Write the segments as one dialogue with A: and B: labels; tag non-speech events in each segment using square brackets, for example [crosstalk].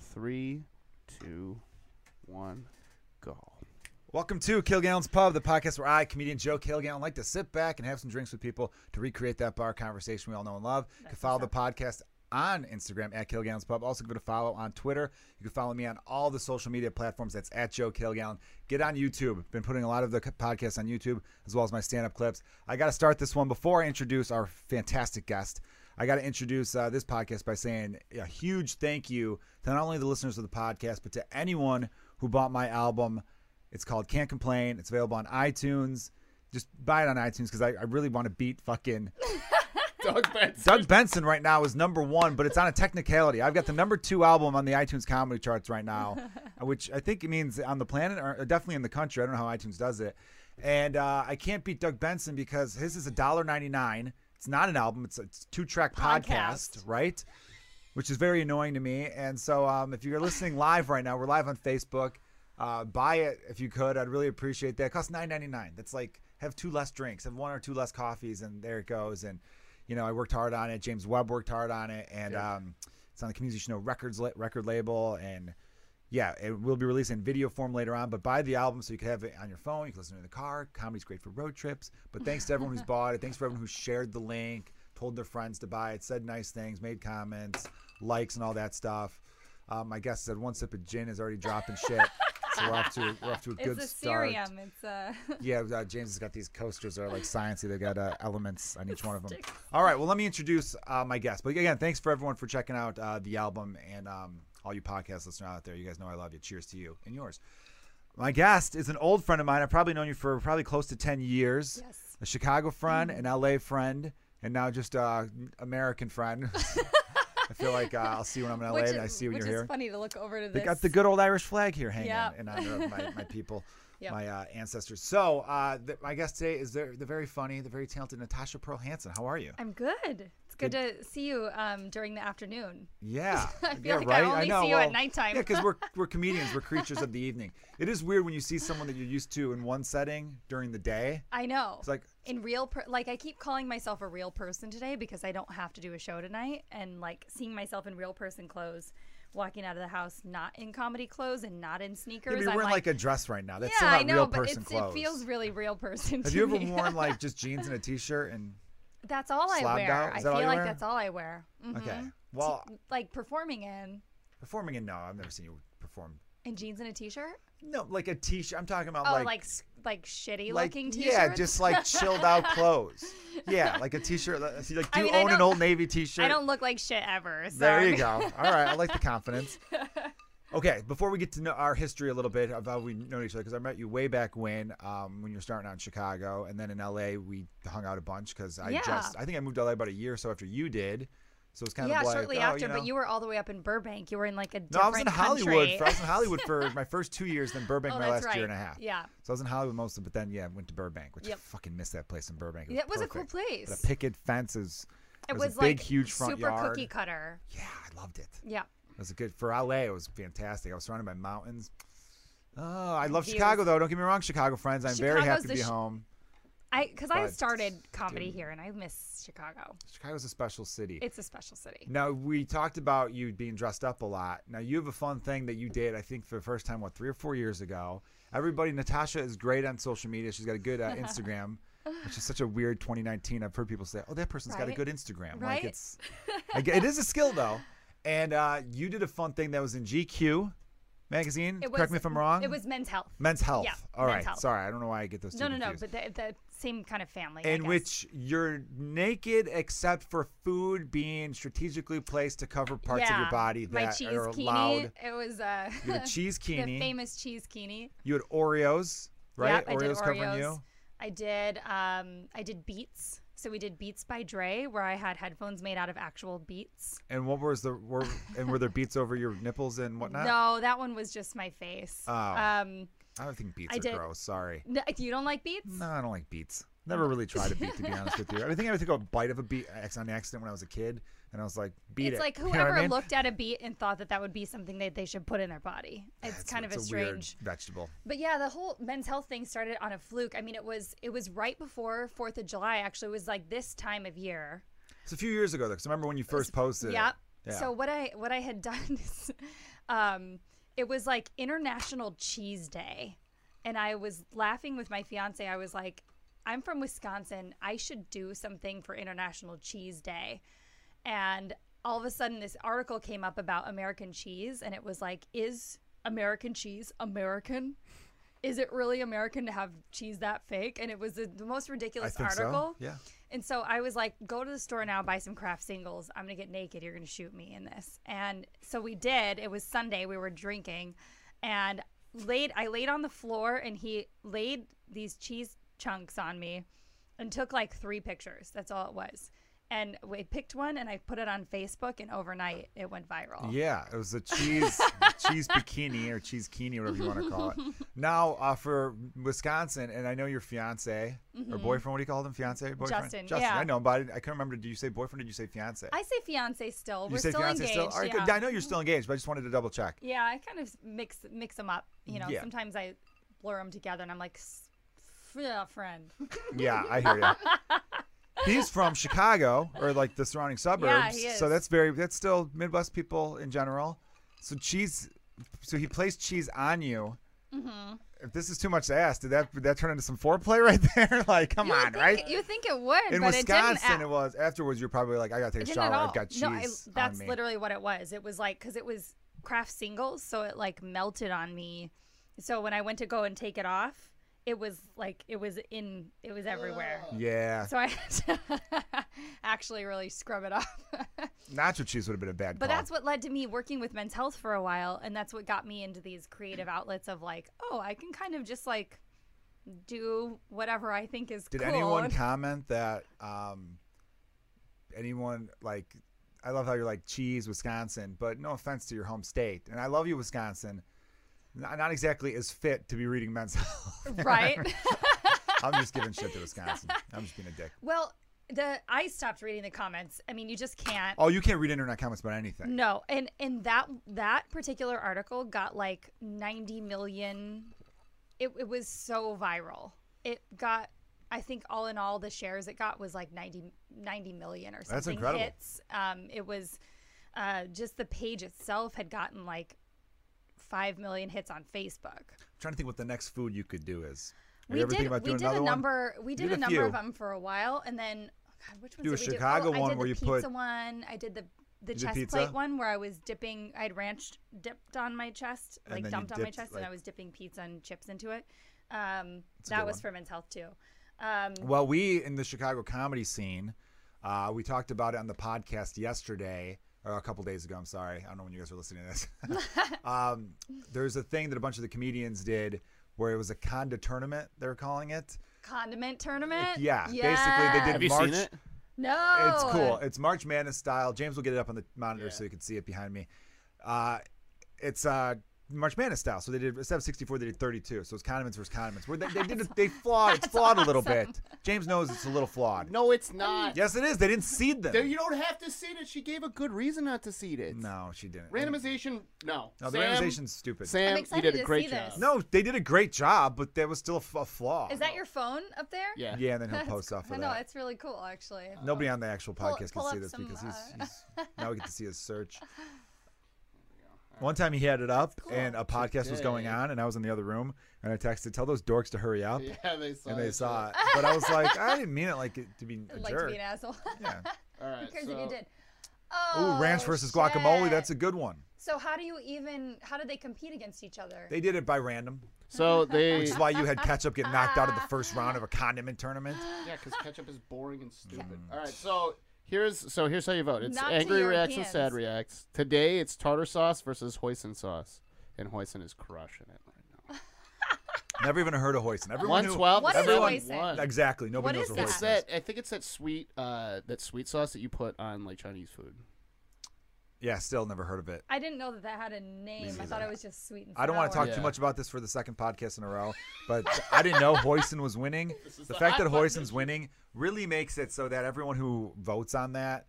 A: Three, two, one, go.
B: Welcome to Kilgallen's Pub, the podcast where I, comedian Joe Kilgallen, like to sit back and have some drinks with people to recreate that bar conversation we all know and love. You can follow the podcast on Instagram at Kilgallen's Pub. Also, give it a follow on Twitter. You can follow me on all the social media platforms. That's at Joe Kilgallen. Get on YouTube. Been putting a lot of the c- podcasts on YouTube as well as my stand-up clips. I got to start this one before I introduce our fantastic guest. I got to introduce uh, this podcast by saying a huge thank you to not only the listeners of the podcast, but to anyone who bought my album. It's called Can't Complain. It's available on iTunes. Just buy it on iTunes because I, I really want to beat fucking
A: [laughs] Doug Benson.
B: Doug Benson right now is number one, but it's on a technicality. I've got the number two album on the iTunes comedy charts
A: [laughs]
B: right now, uh, which I think it means on the planet or uh, definitely in the country. I don't know how iTunes does it. And uh, I can't beat Doug Benson because his is $1.99. It's not an album, it's a two track podcast,
C: Podcast.
B: right? Which is very annoying to me. And so um, if you're listening live right now, we're live on Facebook. Uh, buy it if you could. I'd really appreciate that. It costs nine ninety nine. That's like have two less drinks, have one or two less coffees, and there it goes. And you know, I worked hard on it. James Webb worked hard on it, and um, it's on the Community Show Records la- record label. And yeah, it will be released in video form later on. But buy the album so you can have it on your phone. You can listen to it in the car. Comedy's great for road trips. But thanks to
C: [laughs]
B: everyone who's bought it. Thanks for everyone who shared the link, told their friends to buy it, said nice things, made comments, likes, and all that stuff. Um, my guest said one sip of gin is already dropping
C: [laughs]
B: shit. So we're off to we're off to a good
C: it's a
B: start.
C: cerium. It's a
B: Yeah, uh, James has got these coasters that are like sciencey. They got uh, elements on each one of them. All right, well, let me introduce uh, my guest. But again, thanks for everyone for checking out uh, the album and um, all you podcast listeners out there. You guys know I love you. Cheers to you and yours. My guest is an old friend of mine. I've probably known you for probably close to ten years.
C: Yes. Mm-hmm.
B: A Chicago friend, an LA friend, and now just uh, American friend. [laughs] I feel like uh, I'll see you when I'm in LA,
C: which
B: and I
C: is-
B: see when
C: which
B: you're
C: is
B: here.
C: funny to look over to
B: They
C: this.
B: got the good old Irish flag here hanging
C: Yep.
B: in honor of my, my people,
C: [laughs] Yep.
B: my uh, ancestors. So, uh, th- my guest today is the, the very funny, the very talented Natasha Pearl Hansen. How
C: [laughs]
B: are you?
C: I'm good. It's good, to see you um, during the afternoon.
B: Yeah.
C: [laughs] I feel
B: yeah,
C: like I
B: right?
C: only
B: know.
C: see you at
B: well,
C: nighttime.
B: Yeah, because
C: [laughs]
B: we're, we're comedians, we're creatures of the evening. It is weird when you see someone that you're used to in one setting during the day.
C: I know.
B: It's like,
C: in real, per- like I keep calling myself a real person today because I don't have to do a show tonight, and like seeing myself in real person clothes, walking out of the house not in comedy clothes and not in
B: you're
C: sneakers.
B: wearing
C: I'm
B: like,
C: like,
B: a dress right now. That's
C: yeah,
B: still not
C: I know,
B: real
C: but
B: person
C: it's,
B: clothes.
C: it feels really real person.
B: Have
C: to
B: you ever
C: me. [laughs]
B: worn like just jeans and a t shirt? And
C: That's all I
B: slobbed
C: wear.
B: out?
C: I
B: Is that all
C: feel
B: you
C: like
B: wear?
C: that's all I wear. Mhm.
B: okay. Well,
C: Like performing in
B: performing in no, I've never seen you perform.
C: in jeans and a t-shirt.
B: No, like a t shirt. I'm talking about
C: Oh,
B: like
C: like like, s- like shitty
B: like
C: looking t-shirts.
B: yeah, just
C: [laughs]
B: like chilled out clothes. Yeah, like a t-shirt. Like do you
C: I mean, I
B: own an
C: don't-
B: old navy t-shirt?
C: [laughs] I don't look like shit ever. So
B: there you go. All right, I like the
C: [laughs]
B: confidence. Okay, before we get to know our history a little bit of how we known each other, because I met you way back when, um, when you were starting out in Chicago, and then in LA we hung out a bunch because I
C: Yeah.
B: just I think I moved to LA about a year or so after you did, so it's kind
C: [laughs] yeah,
B: of like
C: shortly
B: oh,
C: after,
B: you know.
C: but you were all the way up in Burbank. You were in like a different
B: no, I was in
C: country.
B: Hollywood. For, I was in Hollywood for my first two years, then Burbank
C: [laughs] oh,
B: my
C: that's
B: last
C: right.
B: year and a half.
C: Yeah,
B: So I was in Hollywood mostly, but then yeah, I went to Burbank, which I
C: Yep.
B: fucking missed that place in Burbank.
C: that was a cool
B: perfect.
C: place.
B: The picket fences.
C: it
B: was
C: was
B: a big,
C: like
B: huge front
C: super
B: yard.
C: cookie cutter.
B: Yeah, I loved it.
C: Yeah,
B: It was a good for LA. It was fantastic. I was surrounded by mountains. Oh, I love
C: Views.
B: Chicago though. Don't get me wrong, Chicago friends. I'm very happy
C: Chicago's
B: to
C: the
B: be
C: sh-
B: home.
C: I because I
B: But
C: started comedy
B: dude.
C: here and I miss Chicago.
B: Chicago's a special city.
C: It's a special city.
B: now we talked about you being dressed up a lot. Now you have a fun thing that you did. I think for the first time, what three or four years ago. Everybody, Natasha is great on social media. She's got a good
C: [laughs]
B: uh, Instagram, which is such a weird 2019. I've heard people say, "Oh, that person's got a
C: Right?
B: good Instagram." Like
C: Right?
B: it's, I g- it is a skill though. And uh, you did a fun thing that was in GQ magazine.
C: It
B: Correct
C: was-
B: me if I'm wrong.
C: It was men's health.
B: Men's health.
C: Yeah,
B: All
C: men's
B: right.
C: health.
B: Sorry, I don't know why I get those two
C: no, no, no.
B: confused.
C: But the, the same kind of family. I
B: in
C: guess.
B: which you're naked except for food being strategically placed to cover parts of your
C: Yeah,
B: body
C: my
B: that
C: cheese
B: are
C: kini,
B: allowed.
C: It was uh,
B: You had a cheese
C: [laughs] the
B: kini.
C: famous cheese kini.
B: You had Oreos, right?
C: Yep, I did
B: Oreos covering
C: Oreos.
B: you.
C: I did. Um, I did beats. So we did Beats by Dre, where I had headphones made out of actual beats.
B: And what was the were and were there beats over your nipples and whatnot?
C: No, that one was just my face.
B: Ah. Oh.
C: Um,
B: I don't think beats
C: I
B: are
C: did.
B: gross. Sorry.
C: n- you don't like beats?
B: No, I don't like beats. Never really tried a
C: [laughs]
B: beat to be honest with you. I think I took a bite of a beat acc- on accident when I was a kid, and I was like, beat
C: it's
B: it. [laughs]
C: like
B: You know what I
C: whoever
B: mean?
C: looked at a beat and thought that that would be something that they should put in their body. It's kind of a
B: It's
C: strange.
B: weird vegetable.
C: But yeah, the whole men's health thing started on a fluke. I mean, it was it was right before Fourth of July. Actually, it was like this time of year.
B: It's a few years ago, though, because I remember when you first posted. it.
C: Yep.
B: Yeah.
C: So what I what I had [laughs] done is, um, it was like International Cheese Day, and I was laughing with my fiance. I was like, I'm from Wisconsin. I should do something for International Cheese Day, and all of a sudden this article came up about American cheese, and it was like, is American cheese American? Is it really American to have cheese that fake? And it was the, the most
B: I
C: ridiculous
B: think
C: article.
B: so. Yeah.
C: And so I was like, go to the store now, buy some craft singles. I'm going to get naked. You're going to shoot me in this. And so we did. It was Sunday. We were drinking and laid I laid on the floor and he laid these cheese chunks on me and took like 3 pictures. That's all it was. And we picked one and I put it on Facebook and overnight it went viral.
B: Oh. Yeah, it was a
C: [laughs]
B: cheese cheese bikini or cheese kini, whatever you want to call it. Now uh, for Wisconsin, and I know your fiance or boyfriend. What do you call them? Fiance, boyfriend.
C: Mm-hmm. Justin,
B: Justin.
C: yeah.
B: I know, but I, didn't- I couldn't remember. Did you say boyfriend? or Did you say fiance?
C: I say fiance still.
B: you
C: we're
B: say
C: still
B: fiance
C: engaged.
B: still. All right,
C: yeah.
B: good. Yeah, I know you're still engaged, but I just wanted to double check.
C: Yeah, I kind of mix mix them up. You know,
B: Yeah.
C: sometimes I blur them together, and I'm like, "S- f- friend.
B: Yeah, I hear
C: [laughs]
B: you. He's from Chicago or like the surrounding suburbs,
C: he
B: so
C: is.
B: that's very that's still Midwest people in general. So cheese, so he placed cheese on you.
C: Mm-hmm.
B: If this is too much to ask, did that did that turn into some foreplay [laughs] right there? like, come
C: You
B: on,
C: would think,
B: right?
C: You think it would,
B: in
C: but it
B: Wisconsin,
C: didn't. at-
B: it was afterwards. You're probably like, I gotta
C: it
B: take a
C: didn't
B: shower.
C: at all.
B: I've got cheese
C: no, I, that's
B: on me.
C: literally what it was. It was like because it was craft singles, so it like melted on me. So when I went to go and take it off, it was like it was in, it was everywhere.
B: yeah,
C: So I had to [laughs] actually really scrub it off. [laughs]
B: nacho cheese would have been a bad.
C: But
B: call.
C: that's what led to me working with men's health for a while, and that's what got me into these creative outlets of like, oh, I can kind of just like do whatever I think is
B: Did
C: cool.
B: anyone comment that um, anyone like? I love how you're like cheese, Wisconsin, but no offense to your home state, and I love you, Wisconsin. Not, not exactly as fit to be reading Men's [laughs] Health. [laughs]
C: [laughs] right?
B: I'm just giving shit to Wisconsin. I'm just being a dick.
C: well, the I stopped reading the comments. I mean, you just can't.
B: Oh, you can't read internet comments about anything.
C: No, and and that that particular article got like 90 million. It it was so viral. It got I think all in all the shares it got was like 90 90 million or something
B: incredible.
C: hits. Um it was uh just the page itself had gotten like 5 million hits on Facebook.
B: I'm trying to think what the next food you could do is. Have you
C: We
B: ever think
C: did
B: about
C: we
B: doing
C: did
B: another
C: a
B: one?
C: number we did
B: did
C: a
B: a
C: number of
B: few.
C: them for a while and then oh God, which ones
B: Do a
C: did we do?
B: Chicago
C: Oh, I
B: one
C: did
B: where
C: the
B: you
C: pizza
B: put-
C: one. I did the the
B: Did
C: chest
B: pizza?
C: plate one where I was dipping. I had ranch dipped on my chest,
B: And
C: like
B: then you
C: dumped on my
B: dipped,
C: chest, and I
B: like-
C: was dipping pizza and chips into it. Um,
B: That's a
C: that
B: good
C: was
B: one.
C: for men's health too. Um,
B: Well, we in the Chicago comedy scene, uh, we talked about it on the podcast yesterday or a couple days ago. I'm sorry, I don't know when you guys were listening to this. [laughs] um, there's a thing that a bunch of the comedians did where it was a conda tournament. They were calling it.
C: condiment tournament.
B: Yeah, basically they did
A: Have you
B: March.
A: seen it?
C: [laughs] No,
B: It's cool. It's March Madness style. James will get it up on the monitor so you can see it behind me. Uh, it's uh, March Madness style. So they did instead of 64, they did 32. So it's condiments versus condiments. Where they, they did it, they [laughs] flawed. It's flawed a little bit. James knows it's a little flawed.
A: No, it's not.
B: Yes, it is. They didn't seed them.
A: There- You don't have to seed it. She gave a good reason not to seed it.
B: no, she didn't.
A: Randomization, no.
B: No, the
A: Sam,
B: randomization's stupid.
C: I'm
A: Sam, you
C: excited
A: did a
C: to
A: great
C: see
A: job.
C: this.
B: No, they did a great job, but there was still a, f- a flaw.
C: Is that your phone up there?
A: Yeah.
B: Yeah, and then
C: [laughs]
B: he'll
C: That's
B: post
C: cool.
B: off
C: I
B: of
C: know
B: that.
C: it's really cool, actually.
B: Nobody on the actual
C: Pull-
B: podcast can
C: pull
B: see
C: up
B: this
C: some,
B: because he's,
C: uh,
B: he's
C: [laughs]
B: now we get to see his search. One time he had it up and a podcast was going
A: Today.
B: on, and I was in the other room, and I texted, "Tell those dorks to hurry up,"
A: [laughs] Yeah, they saw
B: and
A: it.
B: they saw it. But I was
A: [laughs]
B: like, I didn't mean it like it, to be a
C: I'd like to
B: jerk.
C: be an asshole. [laughs]
B: yeah.
A: All right.
C: Who cares
A: so,
C: if you did?
B: Ooh,
C: [laughs] Oh,
B: ranch versus guacamole.
C: shit.
B: That's a good one.
C: So how do you even? How do they compete against each other?
B: They did it by random,
C: [laughs]
A: So they.
B: which is why you had ketchup get knocked out of the first round of a condiment tournament.
A: Yeah, because ketchup is boring and stupid.
B: Mm.
A: All right, so here's so here's how you vote. It's
C: Not to
A: angry reacts and
C: Europeans.
A: sad reacts. Today it's tartar sauce versus hoisin sauce, and hoisin is crushing it right
B: Never even heard of hoisin.
A: now.
B: Everyone
A: One
B: knew
A: twelve.
C: What is
A: everyone
C: hoisin?
A: won.
B: Exactly. Nobody
C: What
B: knows
C: is
B: what
A: It's
B: hoisin
C: that?
B: is.
A: that I think it's that sweet uh, that sweet sauce that you put on like Chinese food.
B: Yeah, still never heard of it.
C: I didn't know that that had a name. I thought it was just sweet and sour.
B: I don't want to talk
A: Yeah.
B: too much about this for the second podcast in a row, but I didn't know Hoisin
A: [laughs]
B: was winning. The fact that Hoisin's winning really makes it so that everyone who votes on that,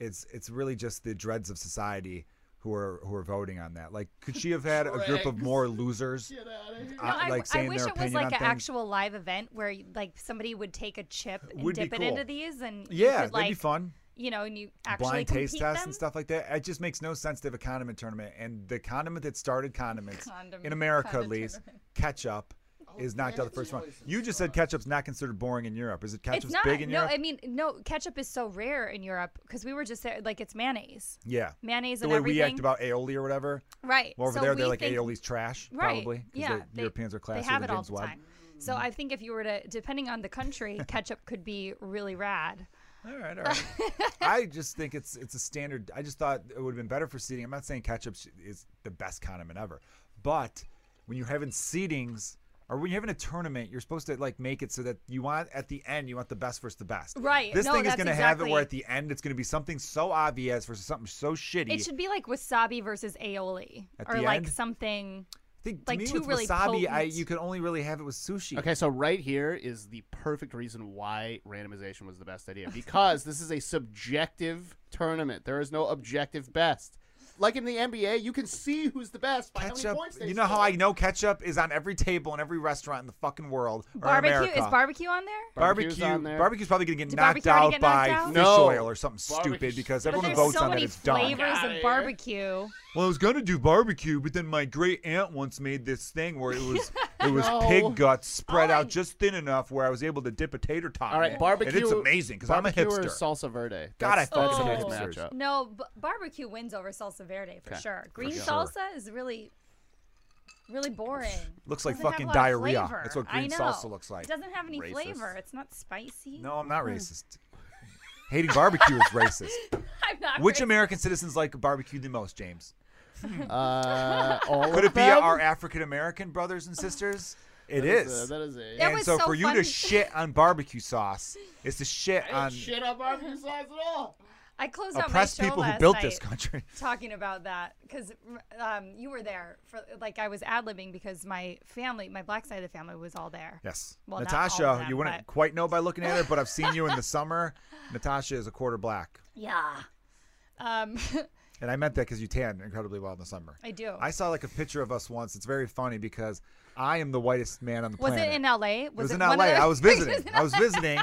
B: it's it's really just the dreads of society who are who are voting on that. Like, could she have had a group of
A: Dregs.
B: more losers?
C: No,
B: uh,
C: I,
B: like
C: I
B: saying
C: wish
B: their
C: it was
B: opinion
C: like
B: on
C: an
B: things.
C: actual live event where like somebody would take a chip and
B: Would be
C: dip it into
B: cool.
C: these and you
B: yeah,
C: could, like,
B: that'd be fun.
C: you know, and you actually
B: blind taste
C: compete
B: tests
C: them.
B: and stuff like that. It just makes no sense to have a condiment tournament. And the condiment that started condiments in
C: Condiment-
B: America, at
C: condiment
B: least,
C: tournament.
B: Oh, ketchup is knocked out the first round. You just said ketchup's not considered boring in Europe. Is it ketchup's
C: It's not.
B: big in
C: no,
B: Europe?
C: I mean, no, ketchup is so rare in Europe because we were just there, like it's mayonnaise,
B: yeah.
C: mayonnaise
B: The
C: and
B: way
C: everything.
B: we act about aioli or whatever.
C: right.
B: Well, over
C: so
B: there,
C: we
B: they're like
C: think,
B: aioli's trash,
C: Right.
B: probably. 'cause
C: yeah.
B: the
C: they-
B: Europeans are classier
C: They have
B: than
C: it all
B: James
C: the
B: Webb.
C: time. So I think if you were to, depending on
B: [laughs]
C: the country, ketchup could be really rad.
B: All right, all
C: [laughs]
B: right. I just think it's it's a standard. I just thought it would have been better for seating. I'm not saying ketchup sh- is the best condiment ever, but when you're having seedings or when you're having a tournament, you're supposed to like make it so that you want at the end you want the best versus the best.
C: Right,
B: This
C: no,
B: thing is
C: that's
B: going to have it where
C: exactly-
B: at the end it's going to be something so obvious versus something so shitty.
C: It should be like wasabi versus aioli,
B: At
C: or
B: the
C: like
B: end?
C: something.
B: I think to
C: like,
B: me
C: two
B: with
C: really
B: wasabi, I,
C: potent-
B: you can only really have it with sushi.
A: Okay, so right here is the perfect reason why randomization was the best idea because this is a subjective tournament. There is no objective best. Like in the NBA, you can see who's the best by how
B: Ketchup.
A: many points they
B: You know how
A: score.
B: I know ketchup is on every table in every restaurant in the fucking world or in
C: Barbecue
B: America.
C: is barbecue on there?
A: Barbecue's
B: Barbecue,
A: on there.
B: barbecue's probably gonna get
C: Did
B: knocked
C: barbecue already
B: out
C: get
B: by
C: knocked out?
B: fish
A: No.
B: oil or something stupid
A: Barbecue's-
B: because
A: But
B: everyone
C: There's
B: who votes
C: so
B: on that
C: many
B: it's done.
C: flavors
A: Outta
C: of
A: here.
C: barbecue.
B: Well, I was gonna do barbecue, but then my great aunt once made this thing where it
C: [laughs]
B: was it was
A: No.
B: pig guts spread
C: All
B: out
C: I-
B: just thin enough where I was able to dip a tater tot.
A: All
B: in
A: right,
B: it.
A: barbecue.
B: And it's amazing because I'm a
A: barbecue or
B: hipster.
A: salsa verde.
B: God,
A: That's-
B: I fucking
A: that's
C: hate
A: the next
B: hipsters.
A: matchup.
C: No, b- barbecue wins over salsa verde for
A: Okay,
C: sure. Green
B: sure.
C: salsa is really, really boring.
B: Looks like
C: Doesn't have
B: fucking
C: a lot of
B: diarrhea.
C: flavor.
B: That's what
C: I
B: green
C: know.
B: salsa looks like.
C: It doesn't Hmm. have any
A: Racist.
C: flavor. It's not spicy.
B: No, I'm not racist. Hating barbecue is racist.
C: [laughs] I'm not.
B: Which
C: racist.
B: American citizens like barbecue the most, James?
A: [laughs] Uh, all
B: Could
A: of
B: it be
A: them?
B: our African American brothers and sisters? It
A: That
B: is. uh,
A: a- that is a.
C: That
B: and
C: was
B: so,
C: so
B: for you to
C: funny.
B: shit on barbecue sauce is to shit
A: I
B: on
A: didn't shit on barbecue sauce at all.
C: I closed out my
B: oppressed
C: show
B: people
C: last
B: who built
C: night
B: this country. [laughs]
C: talking about that because um, you were there for like I was ad libbing because my family, my black side of the family, was all there.
B: Yes.
C: Well, not all of
B: Natasha,
C: them,
B: you wouldn't
C: but-
B: quite know by looking at her, but I've seen
C: [laughs]
B: you in the summer. Natasha is a quarter black.
C: Yeah. Um, [laughs]
B: And I meant that because you tan incredibly well in the summer.
C: I do.
B: I saw like a picture of us once. It's very funny because I am the whitest man on the
C: was
B: planet.
C: it in L.A.?
B: It was, in
C: one of
B: LA.
C: those-
B: I
C: [laughs]
B: was visiting. I was visiting,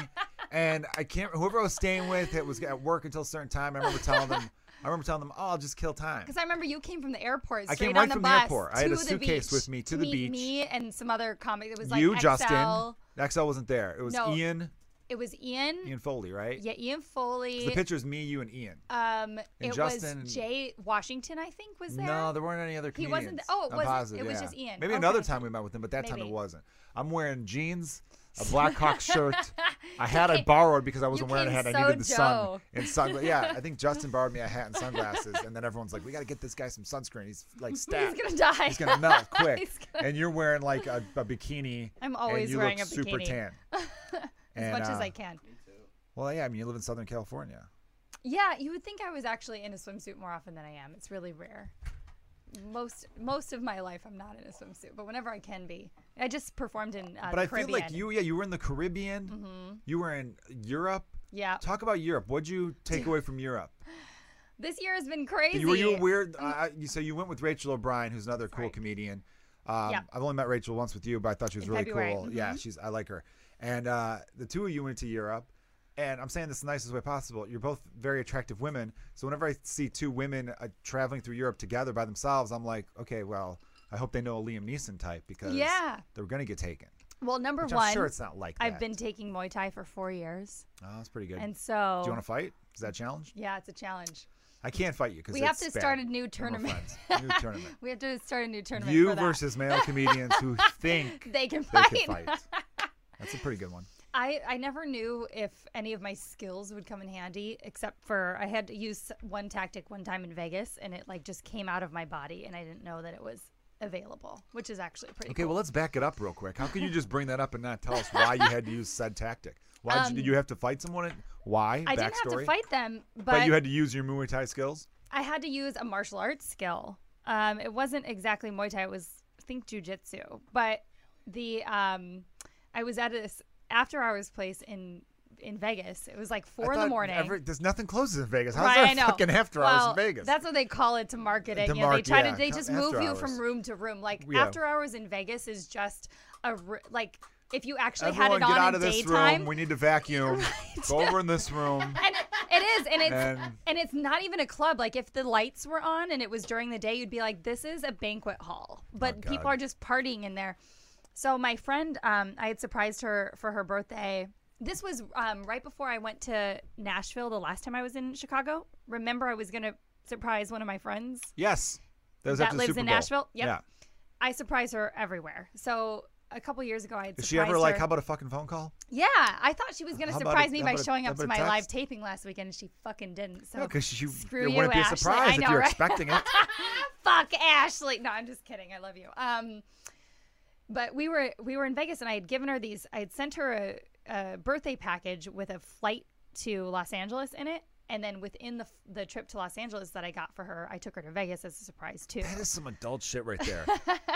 B: and I can't. Whoever I was staying with, it was at work until a certain time. I remember telling them. I remember telling them, "Oh, I'll just kill time."
C: Because I remember you came from the airport.
B: I
C: Straight
B: came
C: on
B: right
C: the
B: from the
C: bus
B: airport. I had
C: to
B: a
C: the
B: suitcase
C: beach
B: with me to the
C: meet
B: beach.
C: Me and some other comic. It was like
B: you,
C: XL.
B: Justin. XL wasn't there. It was
C: No.
B: Ian.
C: It was Ian.
B: Ian Foley, right?
C: Yeah, Ian
B: The
C: Foley.
B: picture is me, you, and Ian.
C: Um, it
B: Justin and-
C: was Jay Washington. I think was there. [laughs]
B: No, there weren't any other
C: He
B: comedians.
C: wasn't th- oh, it
B: I'm
C: wasn't-
B: positive,
C: it was
B: yeah.
C: just Ian.
B: Maybe another
C: Okay.
B: time we met with him, but that time it
C: Maybe.
B: wasn't. I'm wearing jeans,
C: [laughs]
B: a black hawk shirt. I had I borrowed because I wasn't
C: you
B: wearing a
C: came
B: hat. I
C: so
B: needed the sun
C: Joe.
B: and sunglasses. Yeah, I think
C: [laughs]
B: Justin borrowed me a hat and sunglasses, and then everyone's like, "We got to get this guy some sunscreen. He's like
C: He's
B: stacked.
C: gonna die.
B: He's gonna
C: [laughs]
B: melt quick."
C: He's gonna-
B: And you're wearing like a, a bikini.
C: I'm always
B: and you
C: wearing
B: look
C: a
B: super
C: bikini.
B: tan.
C: [laughs]
B: uh,
C: as much as I can.
B: Well, yeah, I mean, you live in Southern California.
C: Yeah, you would think I was actually in a swimsuit more often than I am. It's really rare. Most most of my life, I'm not in a swimsuit, but whenever I can be, I just performed in. Uh,
B: But
C: the
B: I feel like
C: Caribbean. Mm-hmm.
B: you, yeah, you were in the Caribbean. You were in Europe.
C: Yeah.
B: Talk about Europe. What'd you take away from Europe?
C: This year has been crazy.
B: You, were you weird? Uh, you, so you went with Rachel O'Brien, who's another cool
C: Mm. right.
B: comedian. Um,
C: Yep.
B: I've only met Rachel once with you, but I thought she was
C: In
B: really
C: February, Mm-hmm.
B: cool. Yeah, she's I like her. And uh, the two of you went to Europe, and I'm saying this the nicest way possible. You're both very attractive women. So whenever I see two women uh, traveling through Europe together by themselves, I'm like, okay, well, I hope they know a Liam Neeson type because
C: Yeah.
B: they're gonna get taken.
C: Well, number
B: Which
C: one,
B: I'm sure it's not like that.
C: I've been taking Muay Thai for four years,
B: Oh, that's pretty good.
C: and so
B: Do you want to fight? Is that a challenge?
C: yeah, it's a challenge.
B: I can't fight you because
C: We have to start a new tournament. [laughs]
B: New tournament.
C: We have to start a new tournament.
B: you
C: for that.
B: versus male
C: [laughs]
B: comedians who think
C: they can
B: they
C: fight.
B: can fight. That's a pretty good one.
C: I I never knew if any of my skills would come in handy, except for I had to use one tactic one time in Vegas, and it like just came out of my body, and I didn't know that it was available, which is actually pretty.
B: Okay, well let's back it up real quick. How can you just bring that up and not tell us why you had to use said tactic? Why did you- did you have to fight someone? Why?
C: Um, I
B: Backstory.
C: didn't have to fight them, but,
B: but you had to use your Muay Thai skills.
C: I had to use a martial arts skill. Um, it wasn't exactly Muay Thai. It was I think jujitsu. But the um, I was at this after hours place in in Vegas. It was like
B: I
C: four in the
B: thought
C: morning.
B: every- there's nothing closes in Vegas. How's
C: Right, I
B: there
C: know.
B: fucking after hours
C: well,
B: in Vegas?
C: That's what they call it to market it.
B: To
C: you know,
B: mark-
C: they try
B: yeah,
C: to they
B: co-
C: just
B: after
C: move you
B: hours.
C: from room to room. Like
B: Yeah.
C: after hours in Vegas is just a r- like if you actually
B: Everyone
C: had it
B: get
C: on
B: out
C: in
B: of this
C: daytime. [laughs]
B: room. We need to vacuum. Go over in this room.
C: and It is, and [laughs] it's
B: And-
C: and, it's not even a club. Like if the lights were on and it was during the day, you'd be like, "This is a banquet hall," but
B: Oh, God.
C: people are just partying in there. So my friend, um, I had surprised her for her birthday. This was um, right before I went to Nashville the last time I was in Chicago. Remember, I was gonna surprise one of my friends
B: Yes. That, was
C: that
B: after the
C: lives
B: Super
C: in
B: Bowl.
C: Nashville. Yep.
B: Yeah.
C: I surprise her everywhere. So a couple years ago, I had
B: Is
C: surprised
B: she ever like,
C: her.
B: how about a fucking phone call?
C: Yeah, I thought she was gonna
B: How about
C: surprise
B: a-
C: me
B: how
C: by
B: about a-
C: showing
B: how
C: up to
B: about
C: my
B: a
C: live
B: text?
C: taping last weekend, and she fucking didn't. So
B: No, because you
C: screw
B: it
C: you,
B: wouldn't be a
C: Ashley.
B: surprise
C: I
B: if you
C: know,
B: were
C: right?
B: expecting
C: [laughs]
B: it.
C: fuck Ashley. No, I'm just kidding. I love you. Um, but we were we were in Vegas, and I had given her these. I had sent her a, a birthday package with a flight to Los Angeles in it, and then within the f- the trip to Los Angeles that I got for her, I took her to Vegas as a surprise too.
B: That is some adult shit right there.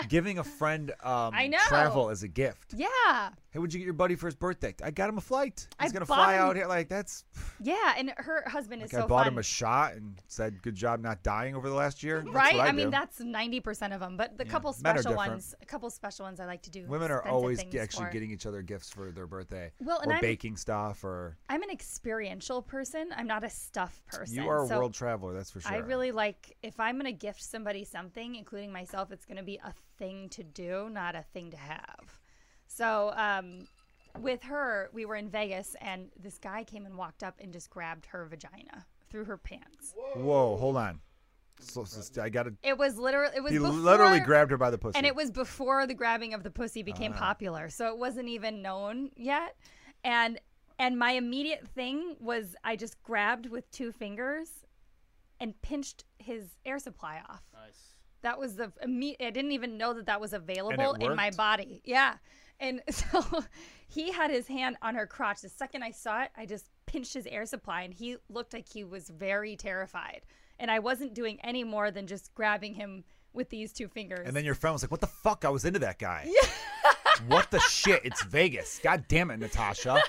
B: Giving a friend um,
C: I know.
B: travel as a gift.
C: Yeah,
B: Hey, what'd you get your buddy for his birthday? I got him a flight.
C: I
B: He's gonna
C: bought
B: fly
C: him-
B: out here. Like that's.
C: yeah, and her husband is
B: like,
C: so
B: I bought
C: fun.
B: him a shot and said, "Good job not dying over the last year." That's what
C: right?
B: I,
C: I, mean,
B: do.
C: that's ninety percent of them. But the couple
B: Men are
C: special
B: different.
C: ones, a couple special ones, I like to do.
B: Women are
C: expensive
B: always
C: things
B: g- actually
C: for.
B: getting each other gifts for their birthday.
C: Well, and
B: or
C: I'm-
B: baking stuff, or
C: I'm an experiential person. I'm not a stuff person.
B: you are a
C: so
B: world traveler. That's for sure.
C: I really like if I'm gonna gift somebody something, including myself, it's gonna be a thing to do, not a thing to have. So um, with her, we were in Vegas, and this guy came and walked up and just grabbed her vagina through her pants.
B: Whoa, hold on. So, so I got
C: It was literally it was
B: He
C: before,
B: literally grabbed Ah. her by the pussy.
C: and it was before the grabbing of the pussy became popular so it wasn't even known yet and and my immediate thing was i just grabbed with two fingers and pinched his air supply off
A: Nice.
C: that was the immediate i didn't even know that that was available in my
B: worked?
C: body yeah and [laughs] so he had his hand on her crotch the second i saw it i just pinched his air supply and he looked like he was very terrified and i wasn't doing any more than just grabbing him with these two fingers
B: And then your friend was like, "What the fuck? I was into that
C: [laughs]
B: guy." Yeah. what the shit? It's Vegas. God damn it, Natasha.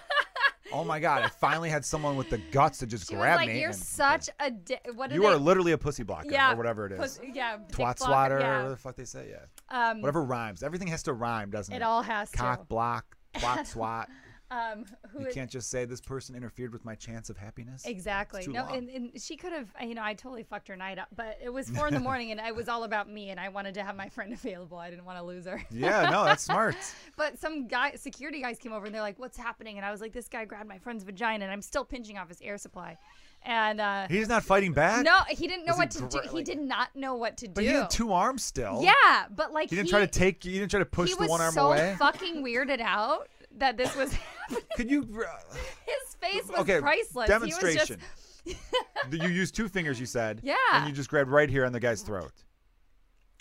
B: Oh my god, I finally had someone with the guts to just
C: She was
B: grab
C: like,
B: me.
C: "You're
B: and-
C: such a di- what? do
B: you
C: they-
B: are literally a pussy blocker
C: yeah,
B: or whatever it is.
C: pus- yeah, dick
B: Twat
C: blocker,
B: swatter or whatever
C: Yeah.
B: the fuck they say. Yeah.
C: Um,
B: Whatever rhymes. Everything has to rhyme, doesn't it?
C: it all has
B: Cock
C: to.
B: block, twat
C: [laughs]
B: swat.
C: Um, who
B: You
C: is-
B: can't just say this person interfered with my chance of happiness.
C: exactly?
B: too
C: No,
B: long.
C: and, and she could have. You know, I totally fucked her night up, but it
B: [laughs]
C: was four in the morning, and it was all about me, and I wanted to have my friend [laughs] available. I didn't want to lose her. [laughs]
B: Yeah, no, that's smart.
C: But some guy, security guys came over and they're like, "What's happening?" And I was like, "This guy grabbed my friend's vagina, and I'm still pinching off his air supply." And uh,
B: He's not fighting back.
C: no, he didn't know
B: Was
C: what
B: he
C: to do.
B: gra-
C: He
B: like-
C: did not know what to
B: But
C: do.
B: he had two arms still.
C: yeah, but like
B: He didn't try to take you. You didn't try to push
C: he
B: the
C: was
B: one arm
C: so
B: away.
C: [laughs] fucking weirded out that this was [laughs] happening.
B: Could you?
C: [laughs] His face was
B: okay.
C: priceless. He [laughs]
B: Demonstration.
C: was just,
B: you used two fingers. You said.
C: Yeah.
B: And you just grabbed right here on the guy's throat,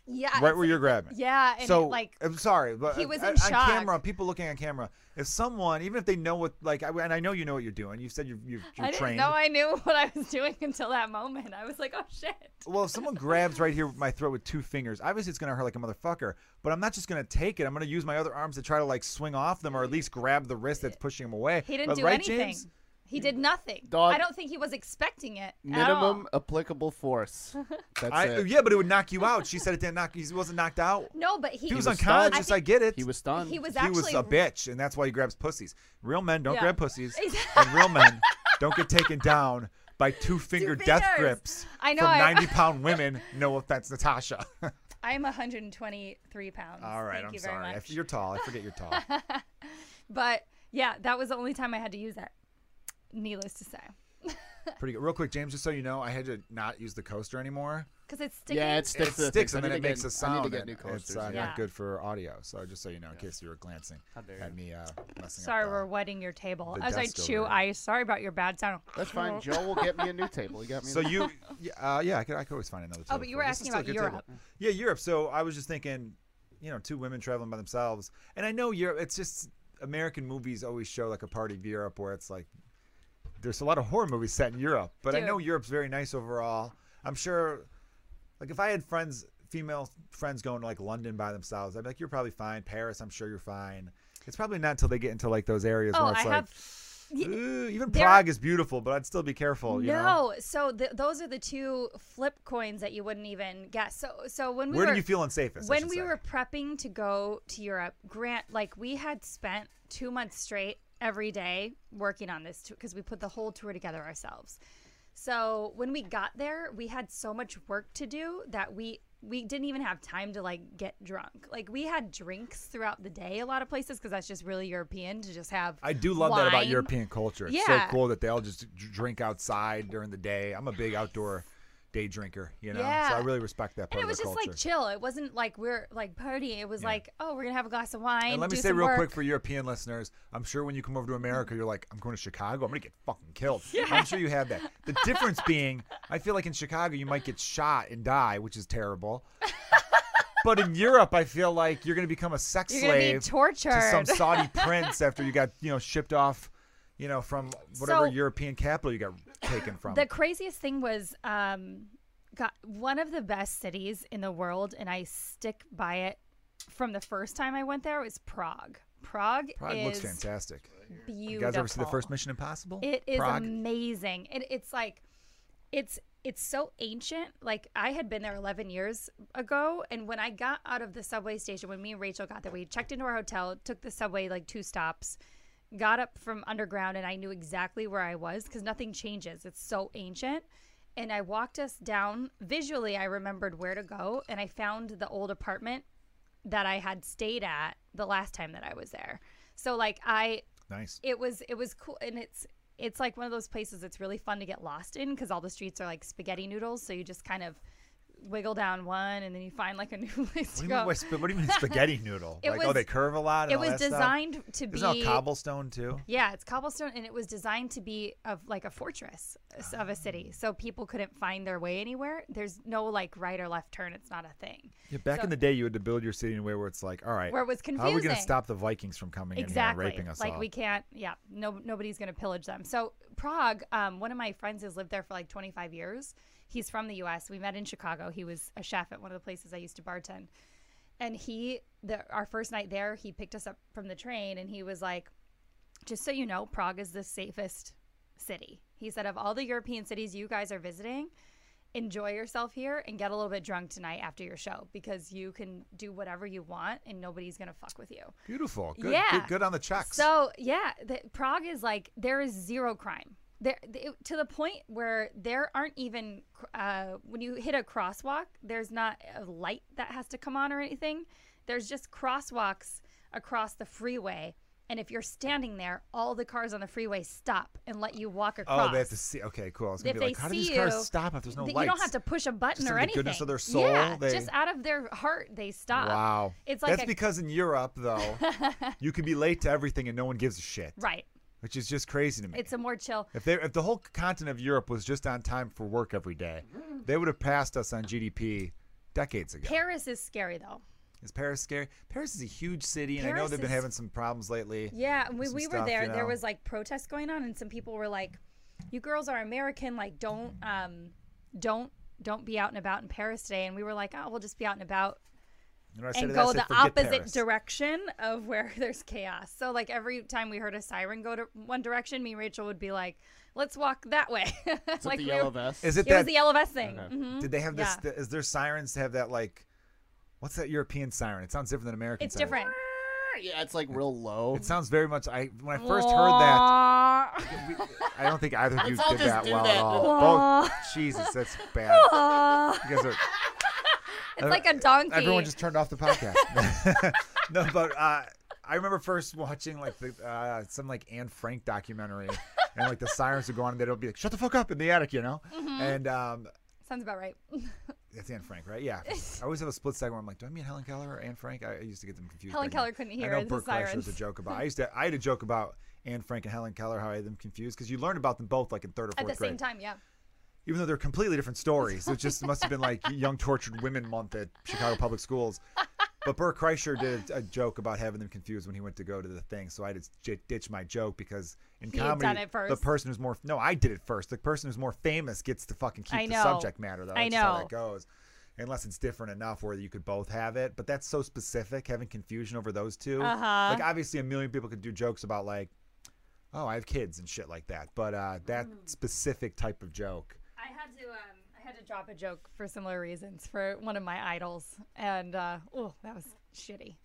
C: yeah,
B: right where you're grabbing.
C: yeah, and
B: so
C: it, like
B: I'm sorry, but
C: he was
B: on,
C: in
B: on
C: shock.
B: camera, people looking on camera, if someone, even if they know what, like, I, and I know you know what you're doing. You said you're, you're, you're
C: I didn't
B: trained.
C: know I knew [laughs] what I was doing until that moment. I was like, oh shit.
B: well, if someone grabs right here with my throat with two fingers, obviously it's gonna hurt like a motherfucker. But I'm not just gonna take it. I'm gonna use my other arms to try to like swing off them, or at least grab the wrist that's pushing them away.
C: He didn't
B: But,
C: do
B: right,
C: anything.
B: James?
C: he did nothing.
A: Dog-
C: I don't think he was expecting it. at all.
A: Minimum applicable force. [laughs] That's
B: I,
A: it.
B: yeah, but it would knock you out. She said it didn't knock. He wasn't knocked out.
C: No, but he,
B: He, was,
A: was stunned.
B: unconscious. I,
C: I think
B: get it.
A: He was stunned.
C: He was
B: He
C: actually
B: was a bitch, and that's why he grabs pussies. Real men don't
C: Yeah.
B: grab pussies,
C: [laughs] Exactly.
B: and real men don't get taken down by two finger death
C: fingers.
B: grips
C: I know,
B: from
C: I-
B: ninety pound women. No offense, Natasha. [laughs]
C: I'm 123 pounds.
B: All right,
C: Thank
B: I'm
C: you very
B: sorry. I-
C: much.
B: You're tall. I forget you're tall.
C: But yeah, that was the only time I had to use it. Needless to say,
B: Pretty good. Real quick, James. Just so you know, I had to not use the coaster anymore.
C: because it's sticking.
A: yeah, it sticks.
B: It
A: to the
B: sticks,
A: things. I
B: and then
A: need
B: it
A: to
B: makes
A: get,
B: a sound.
A: I need to get
B: and
A: new coasters.
B: It's uh,
A: yeah.
C: Yeah.
B: not good for audio. So just so you know, in case you were glancing
A: dare
B: at
A: you.
B: me uh, messing
C: Sorry,
B: up.
C: we're wetting your table.
B: the
C: As I
B: dust over
C: chew
B: it.
C: ice. Sorry about your bad sound.
A: That's fine. Joe will get me a new table. He got me.
B: Oh. So
A: a new-
C: [laughs]
B: you, yeah, uh, yeah, I could, I could always find another. Table
C: Oh, but you
B: for
C: were
B: it. This is
C: asking
B: still a
C: about
B: good table.
C: Europe.
B: Yeah, Europe. So I was just thinking, you know, two women traveling by themselves, and I know Europe. It's just American movies always show like a part of Europe where it's like there's a lot of horror movies set in Europe, but I know
C: Dude.
B: Europe's very nice overall. I'm sure, like if I had friends, female friends going to like London by themselves, I'd be like, you're probably fine. Paris, I'm sure you're fine. It's probably not until they get into like those areas
C: [laughs] Oh,
B: where it's
C: I
B: like.
C: have. Y-
B: "Ooh, even
C: there-
B: Prague is beautiful, but I'd still be careful. You know?
C: No, so th- those are the two flip coins that you wouldn't even guess. So, so when we
B: Where
C: were,
B: do you feel unsafest? I
C: when
B: should
C: we
B: say?
C: were prepping to go to Europe, Grant, like we had spent two months straight every day working on this because we put the whole tour together ourselves. So when we got there, we had so much work to do that we we didn't even have time to like get drunk. Like we had drinks throughout the day a lot of places because that's just really European to just have.
B: I do love that about
C: wine.
B: European culture. It's
C: Yeah.
B: so cool that they all just d- drink outside during the day. I'm a big outdoor day drinker, you know, so I
C: Yeah.
B: really respect that part
C: And it
B: of
C: was
B: the
C: just
B: culture.
C: like chill. It wasn't like we're like partying. It was like, oh, we're gonna have a glass of wine.
B: and let me
C: do
B: say
C: some
B: real
C: work.
B: quick for European listeners, I'm sure when you come over to America, you're like, I'm going to Chicago. I'm going to get fucking
C: [laughs]
B: killed. I'm sure you had that. The difference being, I feel like in Chicago, you might get shot and die, which is terrible.
C: [laughs]
B: but in Europe, I feel like you're going to become a sex
C: You're gonna be
B: slave to some
C: tortured. [laughs]
B: Saudi prince after you got, you know, shipped off, you know, from whatever
C: So-
B: European capital you got taken from.
C: The craziest thing was, um, got one of the best cities in the world, and I stick by it from the first time I went there was Prague. Prague,
B: Prague
C: is
B: looks fantastic.
C: beautiful.
B: You guys ever see the first Mission Impossible?
C: It is
B: Prague.
C: amazing. It, it's like, it's it's so ancient. Like I had been there 11 years ago, and when I got out of the subway station, when me and Rachel got there, we checked into our hotel, took the subway like two stops, got up from underground, and I knew exactly where I was because nothing changes. It's so ancient. And I walked us down visually. I remembered where to go, and I found the old apartment that I had stayed at the last time that I was there. So like I
B: nice.
C: it was it was cool and it's it's like one of those places that's really fun to get lost in because all the streets are like spaghetti noodles so you just kind of wiggle down one and then you find like a [laughs] new place
B: What do
C: to
B: you mean,
C: go
B: what what do
C: [laughs]
B: you mean spaghetti noodle?
C: It
B: like, oh,
C: was-
B: they curve a lot. and
C: it
B: all
C: was
B: that stuff?
C: designed to
B: Isn't
C: be
B: it all cobblestone too?
C: yeah it's cobblestone and it was designed to be of like a fortress s- of a city
B: Ah.
C: so people couldn't find their way anywhere there's no like right or left turn it's not a thing
B: Yeah, back
C: So-
B: in the day, you had to build your city in a way where it's like, all right,
C: Where it was
B: How are we going to
C: confusing.
B: stop the Vikings from coming
C: exactly
B: in here and raping us
C: like
B: all?
C: we can't yeah no nobody's gonna pillage them so prague um, one of my friends has lived there for like 25 years he's from the us we met in chicago he was a chef at one of the places i used to bartend and he the, our first night there he picked us up from the train and he was like just so you know prague is the safest city he said of all the european cities you guys are visiting enjoy yourself here and get a little bit drunk tonight after your show because you can do whatever you want and nobody's gonna fuck with you
B: Beautiful. Good, good,
C: Yeah.
B: good on the checks.
C: so yeah, the, Prague is like there is zero crime there th- it- to the point where there aren't even cr- uh, when you hit a crosswalk, there's not a light that has to come on or anything. There's just crosswalks across the freeway, and if you're standing there, all the cars on the freeway stop and let you walk across.
B: oh, they have to see. Okay, cool. I was going
C: If
B: to
C: they
B: be like, how do
C: see
B: these cars
C: you,
B: stop if there's no
C: Th-
B: lights?
C: you don't have to push a button
B: Just out
C: or
B: of the
C: anything.
B: goodness of their soul,
C: yeah,
B: they-
C: just out of their heart, they stop.
B: Wow.
C: Uh, It's like
B: That's
C: a-
B: because in Europe,
C: [laughs]
B: though, you can be late to everything and no one gives a shit,
C: Right.
B: which is just crazy to me.
C: It's a more chill.
B: If they if the whole continent of Europe was just on time for work every day, they would have passed us on GDP decades ago.
C: Paris is scary though.
B: is Paris scary? Paris is a huge city, and I know
C: Paris
B: they've been
C: is-
B: having some problems lately.
C: Yeah, and we,
B: some
C: we were
B: stuff,
C: there.
B: you know?
C: There was like protests going on, and some people were like, "You girls are American. Like, don't, um, don't, don't be out and about in Paris today." And we were like, "Oh, we'll just be out and about
B: You know what I said
C: and
B: to that? I
C: go
B: said,
C: the
B: "Forget
C: opposite
B: Paris."
C: direction of where [laughs] there's chaos." So like every time we heard a siren go to one direction, me and Rachel would be like, "Let's walk that way." [laughs]
A: Is
C: like
A: it the
C: we
A: yellow
C: were-
A: vest?
B: Is it
C: It was
B: that?
C: the yellow vest thing.
A: Okay.
C: Mhm.
B: did they have this?
C: yeah.
B: th- is there sirens to have that like? What's that European siren? It sounds different than American.
C: It's
B: siren.
C: different.
A: yeah, it's like real low.
B: It sounds very much. I when I first heard that,
C: [laughs]
B: I don't think either of you
A: all
B: did
A: just
B: that
A: do
B: well at
A: that.
B: all. Both, Jesus, that's bad. You guys [laughs] are.
C: it's like a donkey.
B: Everyone just turned off the podcast. [laughs] no, but uh, I remember first watching like the uh, some like Anne Frank documentary, and like the sirens would go on, and they'd all be like, "Shut the fuck up" in the attic, you know.
C: Mm-hmm.
B: And um,
C: sounds about right.
B: that's Anne Frank, right?
C: [laughs]
B: Yeah. I always have a split second where I'm like, "Do I mean Helen Keller or Anne Frank?" I, I used to get them confused.
C: Helen
B: back then.
C: Keller couldn't hear
B: I know
C: the
B: Bert Kreischer was a
C: sirens.
B: joke
C: [laughs]
B: about. I used to. I had a joke about Anne Frank and Helen Keller, how I had them confused because you learned about them both like in third or
C: At
B: fourth
C: the
B: grade
C: same time, yeah.
B: even though they're completely different stories. It just must have been like [laughs] Young Tortured Women Month at Chicago Public Schools. But Burr Kreischer did a, a joke about having them confused when he went to go to the thing, so I had to j- ditch my joke because in
C: He had
B: comedy,
C: done it first.
B: the person who's more no, I did it first. The person who's more famous gets to fucking keep
C: I
B: the
C: know.
B: subject matter. Though. That's
C: I
B: just how that
C: know.
B: goes. Unless it's different enough where you could both have it, but that's so specific. Having confusion over those 2
C: Uh-huh.
B: like obviously a million people could do jokes about like, oh, I have kids and shit like that. But uh, that
C: Mm.
B: specific type of joke,
C: I had to um, I had to drop a joke for similar reasons for one of my idols, and uh, oh, that was shitty.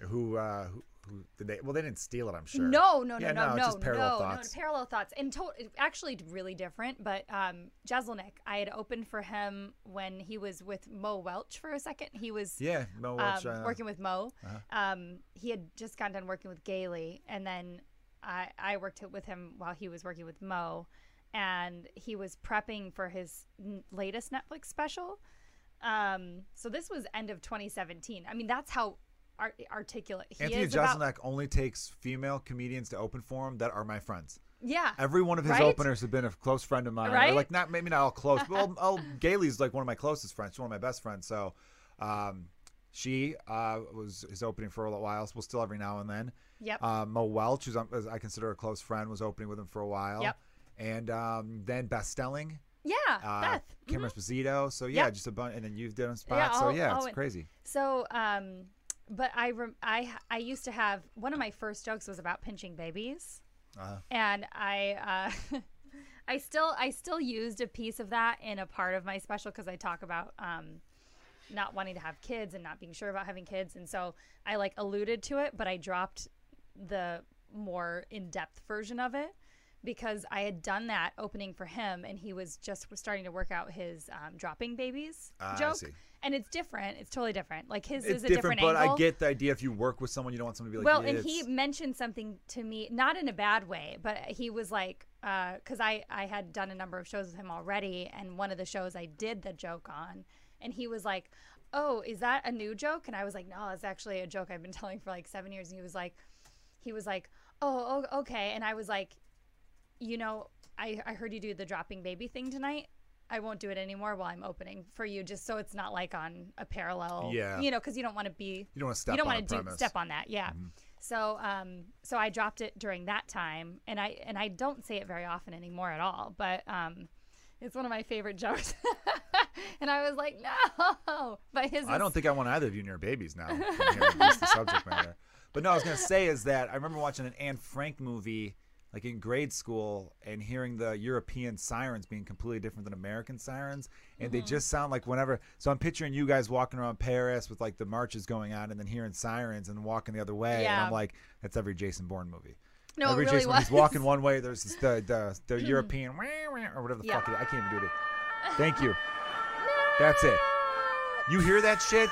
B: who uh, who- who did they? Well, they didn't steal it, I'm sure.
C: No, no, no,
B: Yeah,
C: no,
B: no,
C: no,
B: it's just parallel
C: no,
B: thoughts.
C: no, parallel thoughts, and to- actually really different. But um, Jeselnik, I had opened for him when he was with Mo Welch for a second. He was
B: Yeah, Mo
C: um,
B: Welch. uh,
C: working with Mo. Um, he had just gotten done working with Gailey, and then I, I worked it with him while he was working with Mo, and he was prepping for his n- latest Netflix special. Um, so this was end of 2017. I mean, that's how ar- articulate he
B: Anthony
C: is about-
B: Jeselnik only takes female comedians to open for him that are my friends.
C: yeah,
B: Every one of his
C: Right?
B: openers have been a close friend of mine. or,
C: Right?
B: like not maybe not all close,
C: [laughs]
B: but all, all Gailey's like one of my closest friends. She's one of my best friends. So um, she uh, was his opening for a little while. Well, still every now and then.
C: yep,
B: Uh, Mo Welch, who's um, as I consider a close friend, was opening with him for a while.
C: Yep.
B: And um, then Beth Stelling,
C: yeah,
B: uh,
C: Beth. mm-hmm.
B: Kim Esposito. So yeah,
C: Yep.
B: just a bunch. And then you've done a spot.
C: Yeah,
B: so
C: all-
B: yeah,
C: all
B: it's
C: in-
B: crazy.
C: So, um, but I, rem- I, h- I used to have one of my first jokes was about pinching babies,
B: Uh-huh.
C: and I, uh, [laughs] I still, I still used a piece of that in a part of my special because I talk about um, not wanting to have kids and not being sure about having kids, and so I like alluded to it, but I dropped the more in-depth version of it because I had done that opening for him, and he was just starting to work out his um, dropping babies
B: Ah, I
C: joke,
B: see.
C: and it's different. It's totally different. Like his
B: It's
C: is a different,
B: but
C: angle.
B: I get the idea. If you work with someone, you don't want someone to be like.
C: well,
B: yeah,
C: and he
B: it's-
C: mentioned something to me, not in a bad way, but he was like, because I I had done a number of shows with him already, and one of the shows I did the joke on, and he was like, "Oh, is that a new joke?" And I was like, "No, it's actually a joke I've been [laughs] telling for like seven years." And he was like, he was like, "Oh, o- okay," and I was like, you know, I, I heard you do the dropping baby thing tonight. I won't do it anymore while I'm opening for you, just so it's not like on a parallel.
B: Yeah.
C: You know, because you don't want to be.
B: You don't wanna step
C: You don't
B: on
C: wanna
B: a
C: do
B: premise. Mm-hmm.
C: step on that. Yeah. So um, so I dropped it during that time, and I and I don't say it very often anymore at all, but um, it's one of my favorite [laughs] jokes. and I was like, no, but his.
B: I
C: is-
B: don't think I want either of you near babies now. from hearing at least the subject
C: [laughs]
B: matter. But no, I was gonna say is that I remember watching an Anne Frank movie like in grade school and hearing the European sirens being completely different than American sirens, and
C: Mm-hmm.
B: they just sound like whenever. So I'm picturing you guys walking around Paris with like the marches going on, and then hearing sirens and walking the other way, and
C: Yeah.
B: I'm like, that's every Jason Bourne movie.
C: No, it
B: every
C: really
B: Jason when he's
C: was.
B: walking [laughs] one way. There's this, the the
C: [laughs]
B: the European wah, wah, or whatever the
C: Yeah.
B: fuck it is. I can't even do it. Thank
C: [laughs]
B: you. That's it. You hear that shit?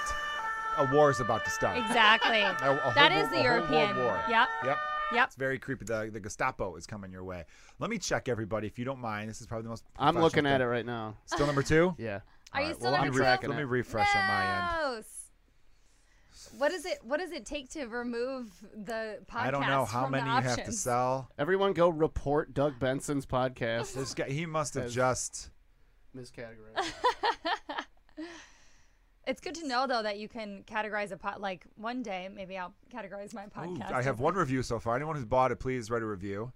B: A war is about to start.
C: [laughs] Exactly.
B: A- a whole
C: that
B: wo-
C: is
B: a
C: the
B: whole world
C: European.
B: war.
C: Yep.
B: Yep.
C: Yep.
B: It's very creepy. The, the Gestapo is coming your way. Let me check everybody, if you don't mind. This is probably the most.
A: I'm
B: professional
A: looking at it
B: thing.
A: right now.
B: Still
A: [laughs]
B: number two.
A: Yeah.
C: Are you
B: Alright,
C: still
B: well,
C: on
B: let me
A: I'm
C: two?
B: re-
A: tracking
B: Let me
A: it.
B: refresh on my end.
C: Gross. What is it? What does it take to remove the podcast?
B: I don't know how
C: from the
B: many you have to
C: options?
B: sell.
A: Everyone go report Doug Benson's podcast.
B: This guy, he must have
A: As-
B: just.
A: [laughs] Miscategorized.
C: It's good to know though that you can categorize a pot. Like one day, maybe I'll categorize my
B: Ooh,
C: podcast.
B: I have
C: as-
B: one review so far. Anyone who's bought it, please write a review.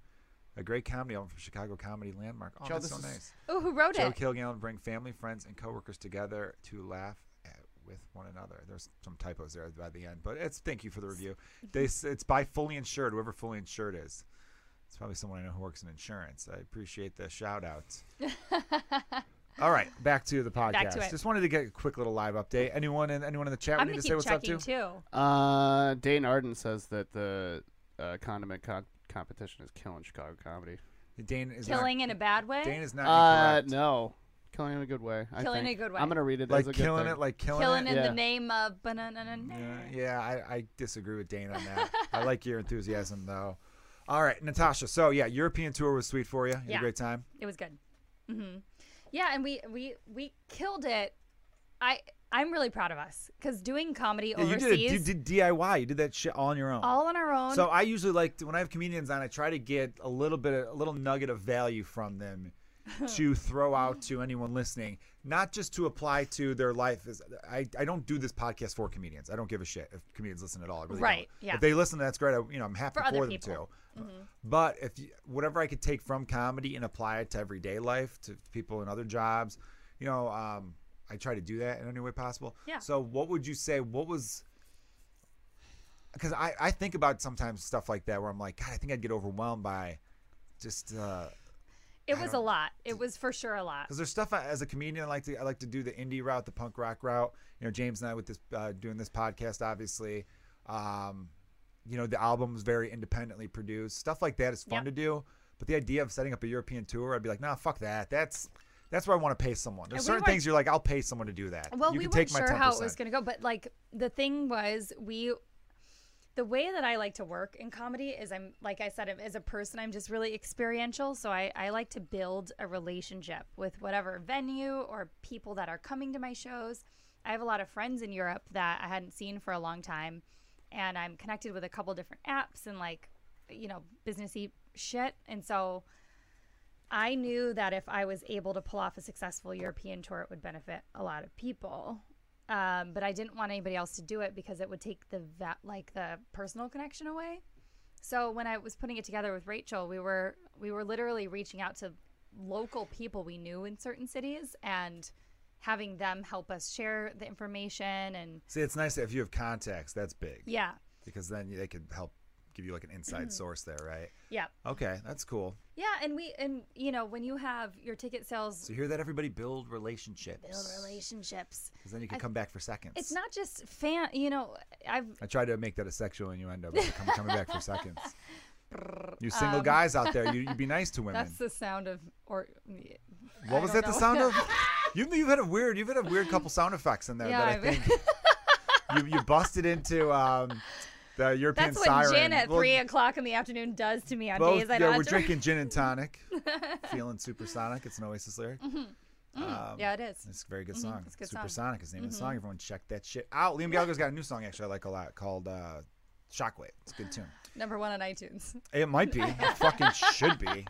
B: A great comedy album from Chicago Comedy Landmark. Oh,
A: Joe,
B: that's
A: this
B: so
A: is-
B: nice.
C: Ooh, who wrote
B: Joe
C: it?
B: Kilgallen bring family, friends, and coworkers together to laugh at, with one another. There's some typos there by the end, but it's thank you for the
C: [laughs]
B: review. They s- it's by fully insured, whoever fully insured is. It's probably someone I know who works in insurance. I appreciate the shout out.
C: [laughs]
B: All right, back to the podcast.
C: Back to it.
B: Just wanted to get a quick little live update. Anyone in anyone in the chat
C: I'm
B: we need to
C: gonna
B: say
C: keep
B: what's up to?
C: checking too.
A: Uh, Dane Arden says that the uh, condiment co- competition is killing Chicago comedy.
B: Dane is
C: Killing
B: not,
C: in a bad way.
B: Dane is not
A: Uh,
B: incorrect.
A: no, killing in a good way. I
C: Killing in
A: think.
C: a good way.
A: I'm gonna read it. as a
B: Like
A: good
B: killing
A: thing.
B: it, like killing,
C: Killing
B: it.
C: in
A: Yeah.
C: the name of banana.
B: Yeah, yeah I, I disagree with Dane on that. I like your enthusiasm though. All right, Natasha. So yeah, European tour was sweet for you. You had a
C: Yeah.
B: great time.
C: It was good. hmm Yeah, and we we we killed it. I I'm really proud of us because doing comedy
B: Yeah, you
C: overseas
B: did, it. you did DIY. You did that shit all on your own.
C: all on our own.
B: so I usually like to, when I have comedians on, I try to get a little bit, of, a little nugget of value from
C: [laughs]
B: them to throw out to anyone listening, not just to apply to their life. Is I, I don't do this podcast for comedians. I don't give a shit if comedians listen at all. I really
C: Right,
B: don't.
C: yeah.
B: If they listen, that's great. I, you know, I'm happy
C: For
B: for,
C: other
B: them
C: people. Mm-hmm.
B: to. But if you, whatever I could take from comedy and apply it to everyday life, to people in other jobs, you know, um, I try to do that in any way possible.
C: Yeah.
B: So, what would you say? What was? Because I I think about sometimes stuff like that where I'm like, God, I think I'd get overwhelmed by just. Uh,
C: It
B: I
C: was a
B: don't-
C: lot. It was for sure a lot.
B: because there's stuff I, as a comedian I like to I like to do the indie route, the punk rock route. You know, James and I with this uh, doing this podcast, obviously, um, you know the album was very independently produced. Stuff like that is fun
C: Yep.
B: to do, but the idea of setting up a European tour, I'd be like, nah, fuck that. That's that's where I want to pay someone. There's
C: And we
B: certain
C: weren't-
B: things you're like, I'll pay someone to do that.
C: Well,
B: you
C: we
B: can
C: weren't
B: take my
C: sure
B: 10%.
C: how it was going to go, but like the thing was, we, the way that I like to work in comedy is I'm, like I said, as a person, I'm just really experiential. So I, I like to build a relationship with whatever venue or people that are coming to my shows. I have a lot of friends in Europe that I hadn't seen for a long time, and I'm connected with a couple different apps and like, you know, businessy shit. And so I knew that if I was able to pull off a successful European tour, it would benefit a lot of people. Um, but I didn't want anybody else to do it because it would take the va- like the personal connection away. So when I was putting it together with Rachel, we were we were literally reaching out to local people we knew in certain cities and having them help us share the information and
B: See, it's nice that if you have contacts. That's big
C: yeah, Mm-hmm.
B: because then they could help give you like an inside source there, right?
C: yeah.
B: Okay, that's cool.
C: Yeah, and we and you know, when you have your ticket sales
B: So you hear that everybody build relationships.
C: build relationships.
B: Because then you can
C: I-
B: come back for seconds.
C: It's not just fan, you know, I've
B: I tried to make that a sexual innuendo, but I'm coming back for
C: [laughs]
B: seconds. You single guys out there, you, you be nice to women.
C: Um, That's the sound of or
B: what was
C: don't
B: that? The
C: know.
B: sound
C: [laughs]
B: of? You, you've had a weird, you've had a weird couple sound effects in there
C: Yeah,
B: that I
C: I've-
B: think
C: [laughs]
B: you you busted into um, the European
C: that's what
B: siren.
C: gin at
B: Well,
C: three o'clock in the afternoon does to me on
B: both,
C: days I
B: yeah,
C: don't
B: we're drinking gin and tonic, feeling supersonic. It's an Oasis lyric. Um,
C: [laughs] Mm-hmm. Mm. Yeah, it is.
B: It's a very good song.
C: it's a good song. Mm-hmm.
B: Supersonic is the name of the song. Everyone check that shit out. Liam Gallagher's got a new song actually I like a lot called uh, Shockwave. It's a good tune.
C: Number one on iTunes.
B: It might
C: [laughs]
B: be. It fucking should be. God,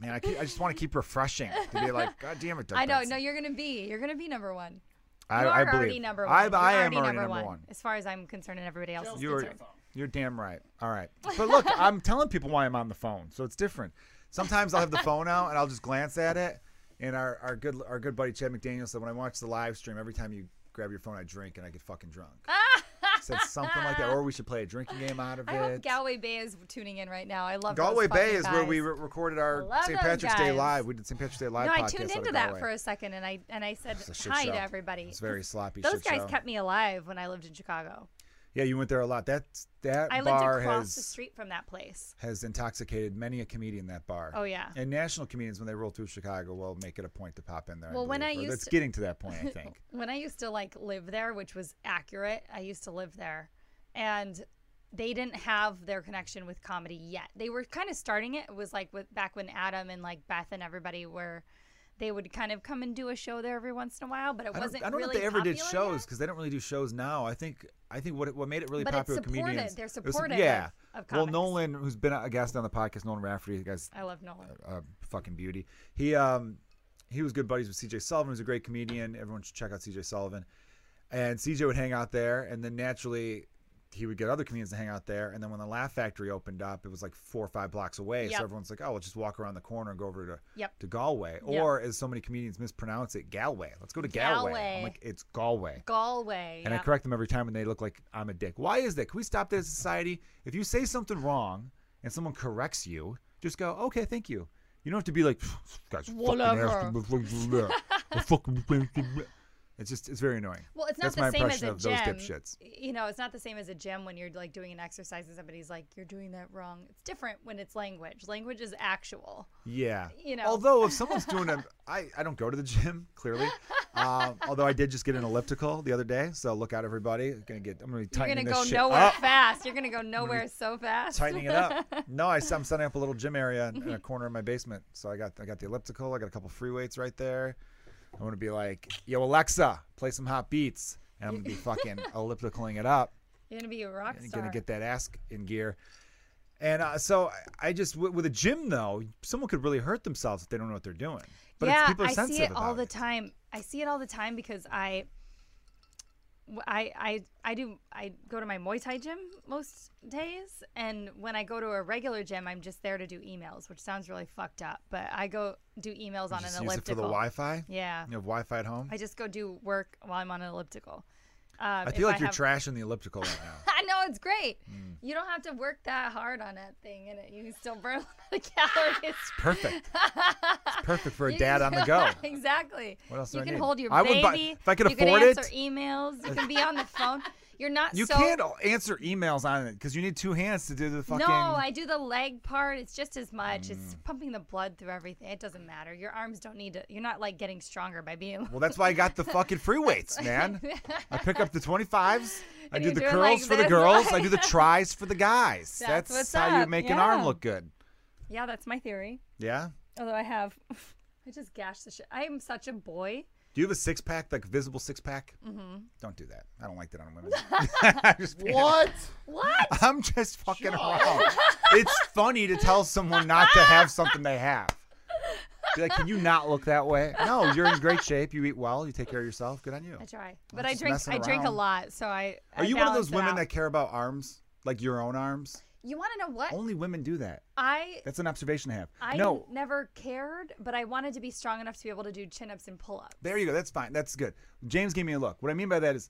B: man, I, keep, I just want to keep refreshing to be like, God damn it, Doug
C: I know.
B: Benson.
C: No, you're gonna be. You're gonna be number one.
B: I,
C: you
B: I
C: are
B: believe.
C: already number one.
B: I,
C: You're
B: I am
C: already
B: already
C: number, one, As far as I'm concerned, and everybody else is
B: You are,
C: concerned.
B: you're damn right. All right. But look, I'm telling people why I'm on the phone, so it's different. Sometimes I'll have the phone out and I'll just glance at it. And our, our good our good buddy Chad McDaniel said when I watch the live stream, every time you grab your phone, I drink and I get fucking
C: [laughs]
B: drunk. said something like that, or we should play a drinking game out of
C: I
B: it.
C: hope Galway Bay is tuning in right now. I love those
B: Galway Bay
C: fucking
B: is where
C: guys.
B: we re- recorded our
C: Love
B: St.
C: those
B: Patrick's Day
C: guys.
B: live. We did St. Patrick's Day live.
C: No, I
B: podcast
C: tuned
B: out
C: into
B: of
C: that
B: Galway.
C: for a second, and I and I said
B: It's a shit
C: hi
B: show.
C: to everybody.
B: It's
C: [laughs]
B: very sloppy.
C: Those
B: shit
C: guys
B: show.
C: kept me alive when I lived in Chicago.
B: Yeah, you went there a lot. That that
C: I lived
B: bar
C: across
B: has
C: the street from that place.
B: has intoxicated many a comedian. That bar.
C: Oh, yeah.
B: And national comedians when they roll through Chicago will make it a point to pop in there.
C: Well, when
B: believe,
C: I
B: or
C: used
B: that's
C: to-
B: getting to that
C: [laughs]
B: point, I think.
C: when I used to like live there, which was accurate, I used to live there, and they didn't have their connection with comedy yet. They were kind of starting it. It was like with back when Adam and like Beth and everybody were, they would kind of come and do a show there every once in a while, but it
B: I don't,
C: wasn't.
B: I don't know
C: really
B: if they ever did
C: popular
B: shows
C: yet.
B: because they don't really do shows now. I think I think what what made it really
C: But it's
B: popular with
C: supported.
B: comedians.
C: They're
B: it was-
C: supportive
B: yeah.
C: of- of
B: well,
C: comics.
B: Nolan, who's been a guest on the podcast, Nolan Rafferty, the guy's
C: I love Nolan.
B: a fucking beauty. He um he was good buddies with CJ Sullivan, who's a great comedian. Everyone should check out CJ Sullivan. And CJ would hang out there, and then naturally he would get other comedians to hang out there. And then when the Laugh Factory opened up, it was like four or five blocks away.
C: Yep.
B: So everyone's like, oh, we'll just walk around the corner and go over to
C: Yep.
B: to Galway. Or as so many comedians mispronounce it, Galway. Let's go to Galway. I'm
C: Galway.
B: like, it's Galway.
C: Galway.
B: And I
C: yeah.
B: correct them every time, and they look like I'm a dick. Why is that? Can we stop that as a society? If you say something wrong and someone corrects you, just go, okay, thank you. You don't have to be like, "This guys, fucking ass-
C: [laughs]
B: I fucking-" It's just, it's very annoying.
C: Well, it's
B: That's
C: not the
B: my
C: same as
B: impression
C: a
B: of
C: gym.
B: those dipshits.
C: You know, it's not the same as a gym when you're like doing an exercise and somebody's like, "You're doing that wrong." It's different when it's language. Language is actual.
B: Yeah.
C: You know.
B: Although if someone's doing a, I, I don't go to the gym clearly. Um, although I did just get an elliptical the other day, so look out everybody. Gonna get, I'm gonna be
C: You're
B: tightening
C: gonna
B: this
C: go
B: shit
C: nowhere
B: up.
C: fast. You're
B: [laughs]
C: gonna go nowhere so fast.
B: tightening it
C: [laughs]
B: up. No, I, am setting up a little gym area in, in a corner of my basement. So I got I got the elliptical. I got a couple free weights right there. I'm gonna be like, yo Alexa, play some hot beats, and I'm gonna be
C: [laughs]
B: fucking ellipticaling it up
C: You're gonna be a rock
B: and
C: star.
B: gonna get that ass in gear. And uh, so I, I just with, with a gym though, someone could really hurt themselves if they don't know what they're doing. But it's,
C: yeah,
B: people are
C: I
B: sensitive
C: see it all
B: about
C: the time. I see it all the time because I, w- I, I, I do. I go to my Muay Thai gym most days, and when I go to a regular gym, I'm just there to do emails, which sounds really fucked up. But I go do emails on
B: Just
C: an
B: use it for the
C: elliptical.
B: Wi-Fi.
C: yeah,
B: You have Wi-Fi at home.
C: I just go do work while I'm on an elliptical. Um,
B: I feel like you're Mm.
C: have,
B: trashing the elliptical right now.
C: [laughs] I know it's great. You don't have to work that hard on that thing, and it you can still burn [laughs] a lot of calories.
B: Perfect. It's perfect for a
C: [laughs] You
B: dad
C: can
B: on the
C: do-
B: go.
C: exactly.
B: What else do
C: You
B: I
C: can
B: need?
C: hold your
B: I would
C: baby.
B: buy- if I could
C: you
B: afford
C: can
B: it- [laughs]
C: answer emails. You can be on the phone. You're not
B: You
C: so
B: can't o- answer emails on it because you need two hands to do the fucking. Mm.
C: No, I do the leg part. It's just as much. It's pumping the blood through everything. It doesn't matter. Your arms don't need to. You're not like getting stronger by being. [laughs]
B: Well, that's why I got the fucking free weights, man. I pick up the 25s. I
C: And
B: do
C: you
B: the
C: do it
B: curls
C: like
B: for the
C: this,
B: girls. I
C: [laughs] like-
B: do the tries for the guys.
C: That's
B: That's,
C: what's
B: how you
C: up,
B: make an arm
C: yeah.
B: look good.
C: [laughs] yeah, that's my theory.
B: Yeah.
C: Although I have, [laughs] I just gashed the shit. I am such a boy.
B: Do you have a six pack, like visible six pack? Mm-hmm. Don't do that. I don't like that on
C: [laughs]
B: women. I'm just being-
A: What? [laughs]
C: What?
B: I'm just fucking
A: Shut up.
B: around. it's funny to tell someone not to have something they have. Be like, can you not look that way? No, you're in great shape. You eat well. You take care of yourself. Good on you.
C: I try,
B: I'm
C: but I
B: just
C: drink.
B: messing
C: I drink a
B: around.
C: lot, so I.
B: Are
C: I
B: you one of
C: balance
B: those
C: it
B: women
C: out.
B: that care about arms, like your own arms?
C: You want to know what?
B: Only women do that.
C: I
B: That's an observation I have.
C: I
B: no,
C: never cared, but I wanted to be strong enough to be able to do chin ups and pull ups.
B: there you go. That's fine. That's good. James gave me a look. What I mean by that is,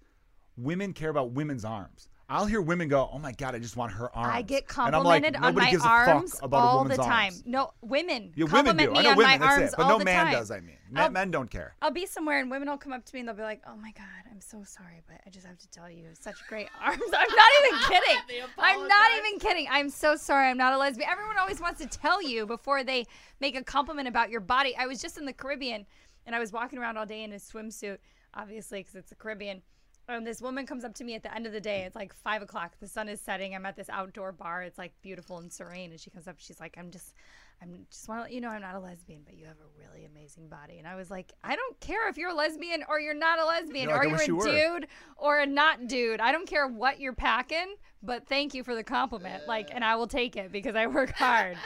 B: women care about women's arms. I'll hear women go, "Oh my god, I just want her arms."
C: I get
B: And I'm like,
C: complimented on
B: "Nobody
C: my
B: gives a fuck
C: arms
B: about a
C: all the
B: woman's
C: time.
B: arms."
C: No, women
B: Yeah, women
C: compliment
B: do.
C: me
B: I know
C: on
B: women.
C: my
B: that's
C: arms
B: it. But
C: all
B: no
C: the
B: man
C: time. Um,
B: does. I mean,
C: I'll-
B: men, men don't care.
C: I'll be somewhere and women will come up to me and they'll be like, "Oh my god, I'm so sorry, but I just have to tell you, such great [laughs] arms." I'm not even
A: [laughs] They
C: kidding. I'm not
A: apologize.
C: even kidding. I'm so sorry. I'm not a lesbian. Everyone always wants to tell you before they make a compliment about your body. I was just in the Caribbean and I was walking around all day in a swimsuit, obviously, because it's the Caribbean. And Um, this woman comes up to me at the end of the day. It's like five o'clock. The sun is setting. I'm at this outdoor bar. It's like beautiful and serene. And she comes up. She's like, "I'm just, I'm just want to let you know I'm not a lesbian, but you have a really amazing body." And I was like, "I don't care if you're a lesbian or you're not a lesbian,
B: You're like, "I
C: or
B: wish you
C: you're a
B: were."
C: dude or a not dude. I don't care what you're packing, but thank you for the compliment. Like, and I will take it because I work
B: [laughs]
C: hard."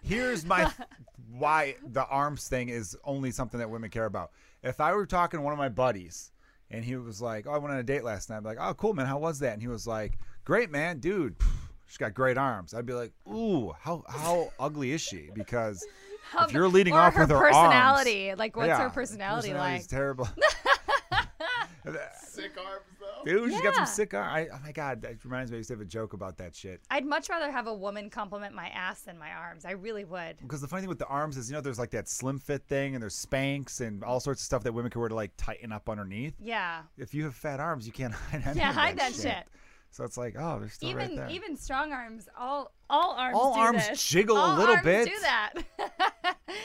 B: Here's
C: [laughs]
B: my why the arms thing is only something that women care about. If I were talking to one of my buddies and he was like, "Oh, I went on a date last night," I'd be like, "Oh, cool, man. How was that?" And he was like, "Great, man, dude." pff, She's got great arms. I'd be like, "Ooh, how
C: [laughs]
B: how ugly is she?" Because if you're leading
C: Um, or
B: off
C: her
B: with her
C: personality.
B: arms,
C: Like, what's
B: Yeah,
C: her personality
B: personality's
C: like? [laughs]
B: terrible. [laughs]
A: Sick arms though.
B: Dude, she's got
C: Yeah.
B: some sick arms. Oh my god, that reminds me. I used to have a joke about that shit.
C: I'd much rather have a woman compliment my ass than my arms. I really would.
B: Because the funny thing with the arms is, you know, there's like that slim fit thing and there's Spanx and all sorts of stuff that women can wear to like tighten up underneath.
C: Yeah.
B: If you have fat arms, you can't [laughs] hide any
C: Yeah,
B: of
C: hide
B: that
C: that
B: shit.
C: shit.
B: So it's like, oh, they're still right
C: even
B: there.
C: even strong arms, all all arms
B: All
C: do
B: arms
C: this.
B: jiggle a
C: All
B: little
C: arms
B: bit.
C: Do that. [laughs]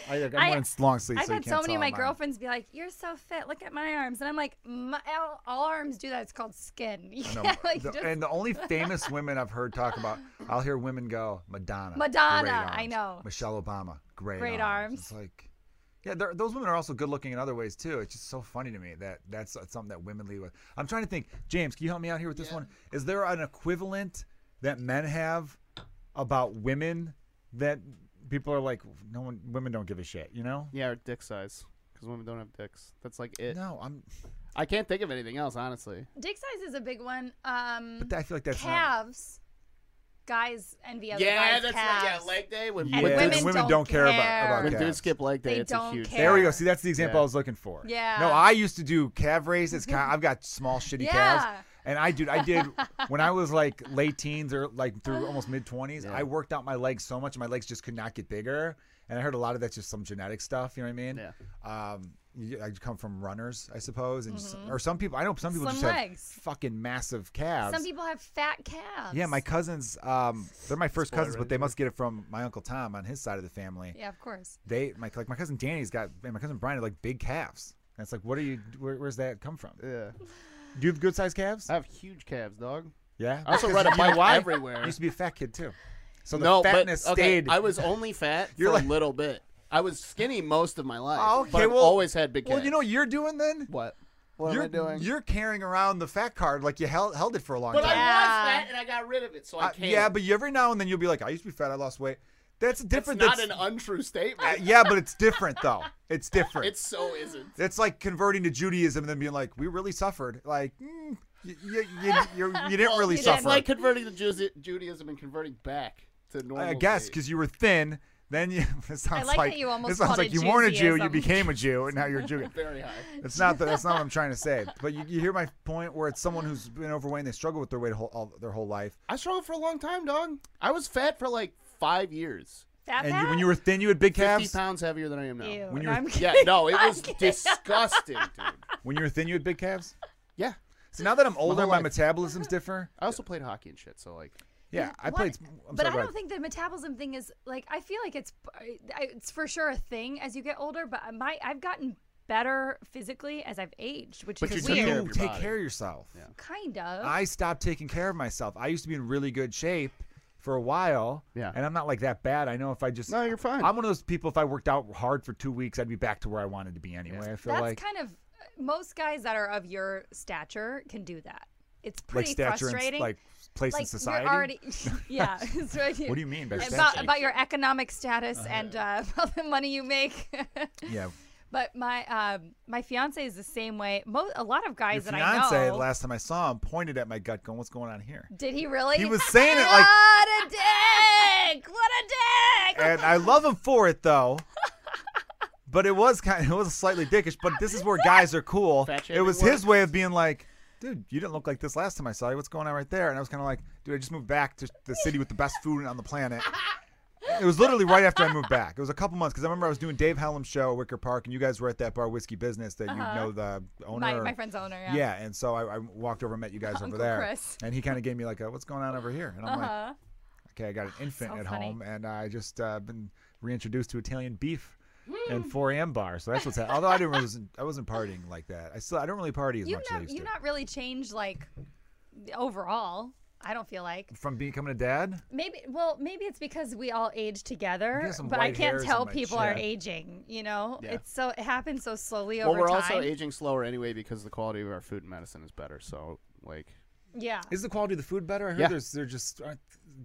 B: I, am
C: I-
B: wearing long sleeves,
C: I've
B: so you
C: had
B: can't
C: so many
B: tell
C: of my
B: mine.
C: girlfriends be like, "You're so fit. Look at my arms," and I'm like, my, all, all arms do that. It's called skin. [laughs] You
B: [laughs] No,
C: can't, like,
B: the-
C: just-
B: and the
C: [laughs]
B: only famous women I've heard talk about, I'll hear women go, Madonna.
C: Madonna,
B: great arms.
C: I know.
B: Michelle Obama, great,
C: Great arms.
B: It's like, yeah, they're- those women are also good looking in other ways too. It's just so funny to me that that's something that women lead with. I'm trying to think, James, can you help me out here with this one? Is there an equivalent that men have about women that people are like, no one, women don't give a shit, you know?
A: Yeah, or dick size. Because women don't have dicks. That's like it.
B: No, I'm.
A: I can't think of anything else, honestly.
C: dick size is a big one. Um,
B: But I feel like that's not.
C: calves. Guys envy other guys' calves.
A: day when,
B: Yeah,
C: But
B: and
C: women
B: women
C: don't
B: don't care about-
C: care.
B: about
A: when
B: calves.
A: dudes skip leg day,
C: They
A: it's
C: don't
A: a huge.
C: care.
B: There we go. See, that's the example
A: Yeah.
B: I was looking for.
C: Yeah. Mm-hmm.
B: No, I used to do calf raises. Cal- I've got small, shitty
C: Yeah.
B: calves. And I, dude, I
C: [laughs]
B: did when I was like late teens or like
C: [sighs]
B: through almost mid 20s.
A: Yeah.
B: I worked out my legs so much, my legs just could not get bigger. And I heard a lot of that's just some genetic stuff. You know what I mean?
A: Yeah.
B: Um, you- I come from runners, I suppose, and just- or some people. I know some people
C: Mm-hmm. Slim
B: just have
C: legs.
B: fucking massive calves.
C: Some people have fat calves.
B: yeah, my cousins. Um, they're my first
A: Spoiler
B: cousins, but they
A: alert.
B: must get it from my uncle Tom on his side of the family
C: Yeah, of course.
B: they my like my cousin Danny's got and my cousin Brian had like big calves. And it's like, what are you? Where, where's that come from?
A: Yeah.
B: Do you have good sized calves?
A: I have huge calves, dog.
B: yeah.
A: I also
B: Because
A: ride [laughs] a
B: you know
A: bike
B: why?
A: everywhere. [laughs]
B: I used to be a fat kid too, so the
A: no,
B: fatness
A: but, okay,
B: stayed.
A: I was only fat
B: [laughs] You're
A: for
B: like-
A: a little bit. I was skinny most of my life.
B: Oh, okay,
A: but I've
B: well-
A: always had big calves.
B: well, you know what you're doing then?
A: what? What
B: you're
A: am I doing?
B: you're carrying around the fat card like you held held it for a long
A: but
B: time.
C: Yeah.
A: I was fat and I got rid of it, so I
B: Uh,
A: can't.
B: yeah, but you, every now and then you'll be like, I used to be fat. I lost weight. That's
A: that's
B: different.
A: not an untrue
B: [laughs] uh, [laughs]
A: statement.
B: yeah, but it's different though.
A: [laughs]
B: It's different.
A: It so isn't.
B: It's like converting to Judaism and then being like, we really suffered. Like, mm, you, you, you, you, you didn't really
A: it's
B: suffer.
A: like converting to Ju- Judaism and converting back to normal.
B: I guess because you were thin. Then you. [laughs] It sounds
C: like that
B: like
C: you almost
B: It sounds
C: called
B: like
C: it
B: you weren't a Jew, you
C: Judaism.
B: became a Jew, and now you're a Jew.
A: very high.
B: It's not the, that's not what I'm trying to say. But you, you hear my point where it's someone who's been overweight and they struggle with their weight whole, all, their whole life.
A: I struggled for a long time, dog. I was fat for like five years.
C: Fat
B: And
C: fat?
B: you, when you were thin, you had big calves.
A: Fifty pounds heavier than I am now.
C: Ew.
B: when [laughs]
C: no,
B: you were-
C: I'm
A: [laughs] Yeah,
C: kidding.
A: no, it
C: I'm
A: was
C: kidding.
A: disgusting, dude.
B: When you were thin, you had big calves.
A: Yeah,
B: So now that
A: [laughs]
B: I'm older,
A: whole
B: my
A: life.
B: metabolisms differ.
A: I also played hockey and shit, so like
B: Yeah, I
C: What-
B: played. sp- I'm
C: but
B: sorry,
C: I
B: go
C: don't
B: ahead.
C: think the metabolism thing is like I feel like it's I- it's for sure a thing as you get older. But my I've gotten better physically as I've aged, which
A: But
C: is
A: you took
C: weird. Oh.
A: care of
B: You
A: your
B: take
A: body.
B: care of yourself.
C: Kind of.
B: I stopped taking care of myself. I used to be in really good shape for a while.
A: Yeah.
B: And I'm not like that bad. I know if I just
A: No, you're fine.
B: I'm one of those people if I worked out hard for two weeks, I'd be back to where I wanted to be anyway. I feel
C: That's
B: like
C: kind of most guys that are of your stature can do that. It's
B: like
C: pretty
B: stature and
C: frustrating.
B: s- like place in
C: Like,
B: society.
C: You're already, [laughs] yeah. it's right
B: [laughs]
C: here.
B: What do you mean by
C: about
B: stature?
C: about your economic status and uh, [laughs] about the money you make? [laughs]
B: yeah.
C: but my um, my fiance is the same way. Mo- a lot of
B: Your
C: guys that I
B: fiance,
C: know.
B: last time I saw him, pointed at my gut going, What's going on here?
C: did he really?
B: He was saying it like-
C: What a dick! What a dick!
B: And I love him for it though. But it was kind it was slightly dickish, but this is where guys are cool.
A: Fat
B: It
A: shaming
B: was his way of being like, dude, you didn't look like this last time I saw you. What's going on right there? And I was kind of like, dude, I just moved back to the city with the best food on the planet. It was literally right after I moved back. It was a couple months because I remember I was doing Dave Hellum's show at Wicker Park, and you guys were at that bar, Whiskey Business, that you know the owner.
C: Uh-huh. my,
B: or-
C: my friend's owner.
B: yeah. and so I, I walked over and met you
C: [laughs]
B: guys over
C: Uncle
B: there,
C: Chris.
B: and he kind of gave me like, a, "What's going on over here?" And I'm like,
C: Uh-huh.
B: Okay, I got an infant
C: Ah, So
B: at
C: funny.
B: home, and I just uh, been reintroduced to Italian beef
C: Hmm.
B: and 4 a.m. bar. So that's what's happening. Although I didn't, wasn't, I wasn't partying like that. I still, I don't really party as
C: You've
B: much as I
C: not
B: used
C: you've
B: to.
C: not really changed like overall. I don't feel like
B: From becoming a dad,
C: maybe. Well, maybe it's because we all age together,
B: got some
C: but I
B: white
C: can't
B: hairs
C: tell
B: on my
C: people are
B: chin.
C: aging. You know,
A: Yeah.
C: it's so it happens so slowly
A: well,
C: over
A: we're
C: time.
A: also aging slower anyway because the quality of our food and medicine is better. So like,
C: yeah,
B: is the quality of the food better? I heard
A: Yeah.
B: there's they're just aren't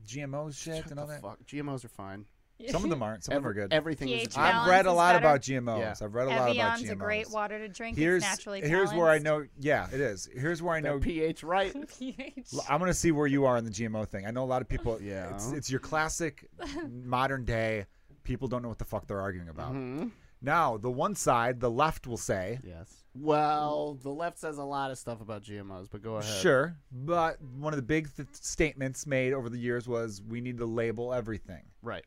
B: GMO shit
A: shut
B: and all
A: the
B: that.
A: fuck. GMOs are fine.
B: Some
C: [laughs]
B: of them aren't. Some of them
A: Every-
B: are good.
A: Everything is.
C: pH
A: a
C: balance.
B: I've read a
C: is
B: lot
C: better.
B: about GMOs.
A: Yeah.
B: I've read a lot about
C: Evian's
B: GMOs.
C: a great water to drink.
B: Here's
C: it's naturally
B: here's where I
C: [laughs] balanced.
B: know. Yeah, it is. Here's where I know
A: That pH right.
C: pH.
B: L- I'm gonna see where you are on the GMO thing. I know a lot of people.
A: [laughs] Yeah.
B: it's, it's
A: [laughs]
B: your classic modern day. People don't know what the fuck they're arguing about.
A: Mm-hmm.
B: Now, the one side, the left, will say,
A: Yes. Well, the left says a lot of stuff about GMOs, but go ahead.
B: "Sure," but one of the big th- statements made over the years was, "We need to label everything."
A: Right.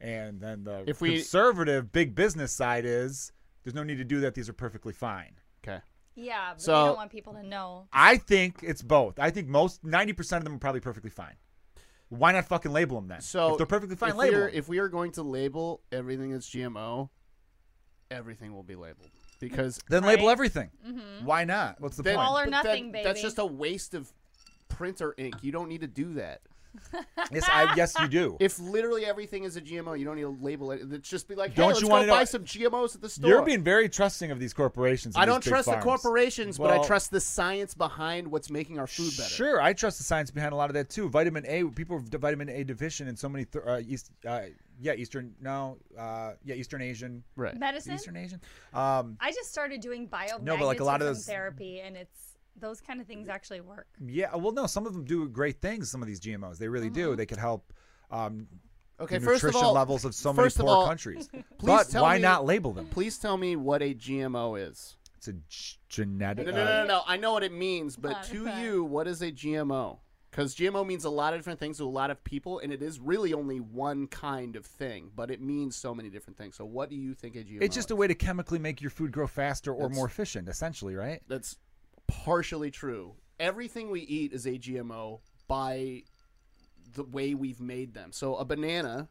B: And then the
A: If we-
B: conservative big business side is, "There's no need to do that. These are perfectly fine."
A: Okay.
C: Yeah, but they
A: So-
C: don't want people to know.
B: I think it's both. I think most ninety percent of them are probably perfectly fine. Why not fucking label them then?
A: So
B: if they're perfectly fine,
A: if
B: label.
A: we are-
B: 'em.
A: if we are going to label everything as GMO, everything will be labeled
C: [laughs]
A: because
B: Then label
C: Right.
B: everything. Why not? What's the
A: then-
C: All
B: point?
A: but
C: or
A: that-
C: nothing, baby.
A: That's just a waste of printer ink. You don't need to do that.
B: yes, I, yes, you do.
A: [laughs] If literally everything is a GMO, you don't need to label it. It's just be like, hey,
B: Don't
A: let's
B: you
A: go
B: wanna
A: buy
B: know-
A: some GMOs at the store.
B: You're being very trusting of these corporations. and
A: I
B: these
A: don't
B: big
A: trust the
B: farms.
A: corporations, but
B: Well-
A: I trust the science behind what's making our food better.
B: Sure, I trust the science behind a lot of that too. Vitamin A, people are vitamin A deficient in so many th- uh, East, uh, yeah, Eastern, no, uh, yeah, Eastern Asian,
A: Right.
C: Medicine.
B: Eastern Asian. Um,
C: I just started doing biomagnetism
B: No, but, like, a lot of those-
C: therapy, and it's those kind of things actually work.
B: yeah, well, no, some of them do great things. Some of these GMOs, they really do. They could help. Um,
A: Okay,
B: the
A: first
B: nutrition
A: of all,
B: levels of so many
A: first of
B: poor
A: all,
B: countries.
A: [laughs] please
B: But
A: tell
B: why
A: me-
B: not label them?
A: Please tell me what a GMO is.
B: It's a g- genetic.
A: No, no,
B: uh,
A: no, no, no. I know what it means, but
C: Not
A: to
C: that.
A: you, what is a GMO? Because GMO means a lot of different things to a lot of people, and it is really only one kind of thing, but it means so many different things. So, what do you think a GMO?
B: It's just a
A: is?
B: way to chemically make your food grow faster or
A: It's-
B: more efficient, essentially, right?
A: that's partially true. Everything we eat is a GMO by the way we've made them. So, a banana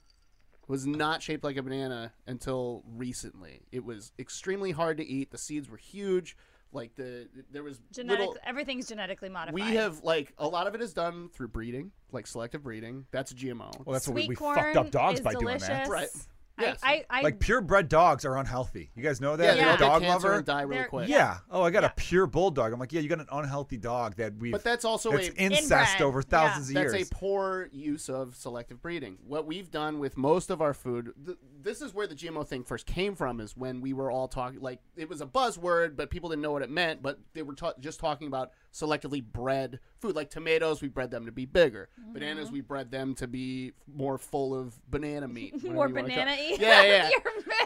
A: was not shaped like a banana until recently. It was extremely hard to eat. The seeds were huge. Like the there was
C: Genetic,
A: little,
C: everything's genetically modified.
A: We have like a lot of it is done through breeding, like selective breeding. That's a GMO.
B: Well, that's what we,
C: sweet
B: we
C: corn
B: fucked up dogs
C: is
B: by
C: delicious.
B: doing that.
A: Right.
C: I-
A: Yes.
C: I, I,
B: Like purebred dogs are unhealthy. You guys know that?
A: they
B: You're
A: all
B: a
A: get
B: dog
A: cancer
B: lover.
A: and die really
C: They're-
A: quick.
B: Yeah. Oh, I got a pure bulldog. I'm like, yeah, you got an unhealthy dog that we.
A: But that's also
B: that's
A: a
B: incest
C: Inbred.
B: over thousands of
A: that's
B: years.
A: a poor use of selective breeding. What we've done with most of our food, th- this is where the GMO thing first came from, is when we were all talking like it was a buzzword, but people didn't know what it meant. But they were ta- just talking about selectively bred food, like tomatoes. We bred them to be bigger. Bananas, we bred them to be more full of banana meat. whatever
C: more
A: you wanna call-
C: banana y.
A: Yeah,
C: [laughs]
A: yeah. yeah,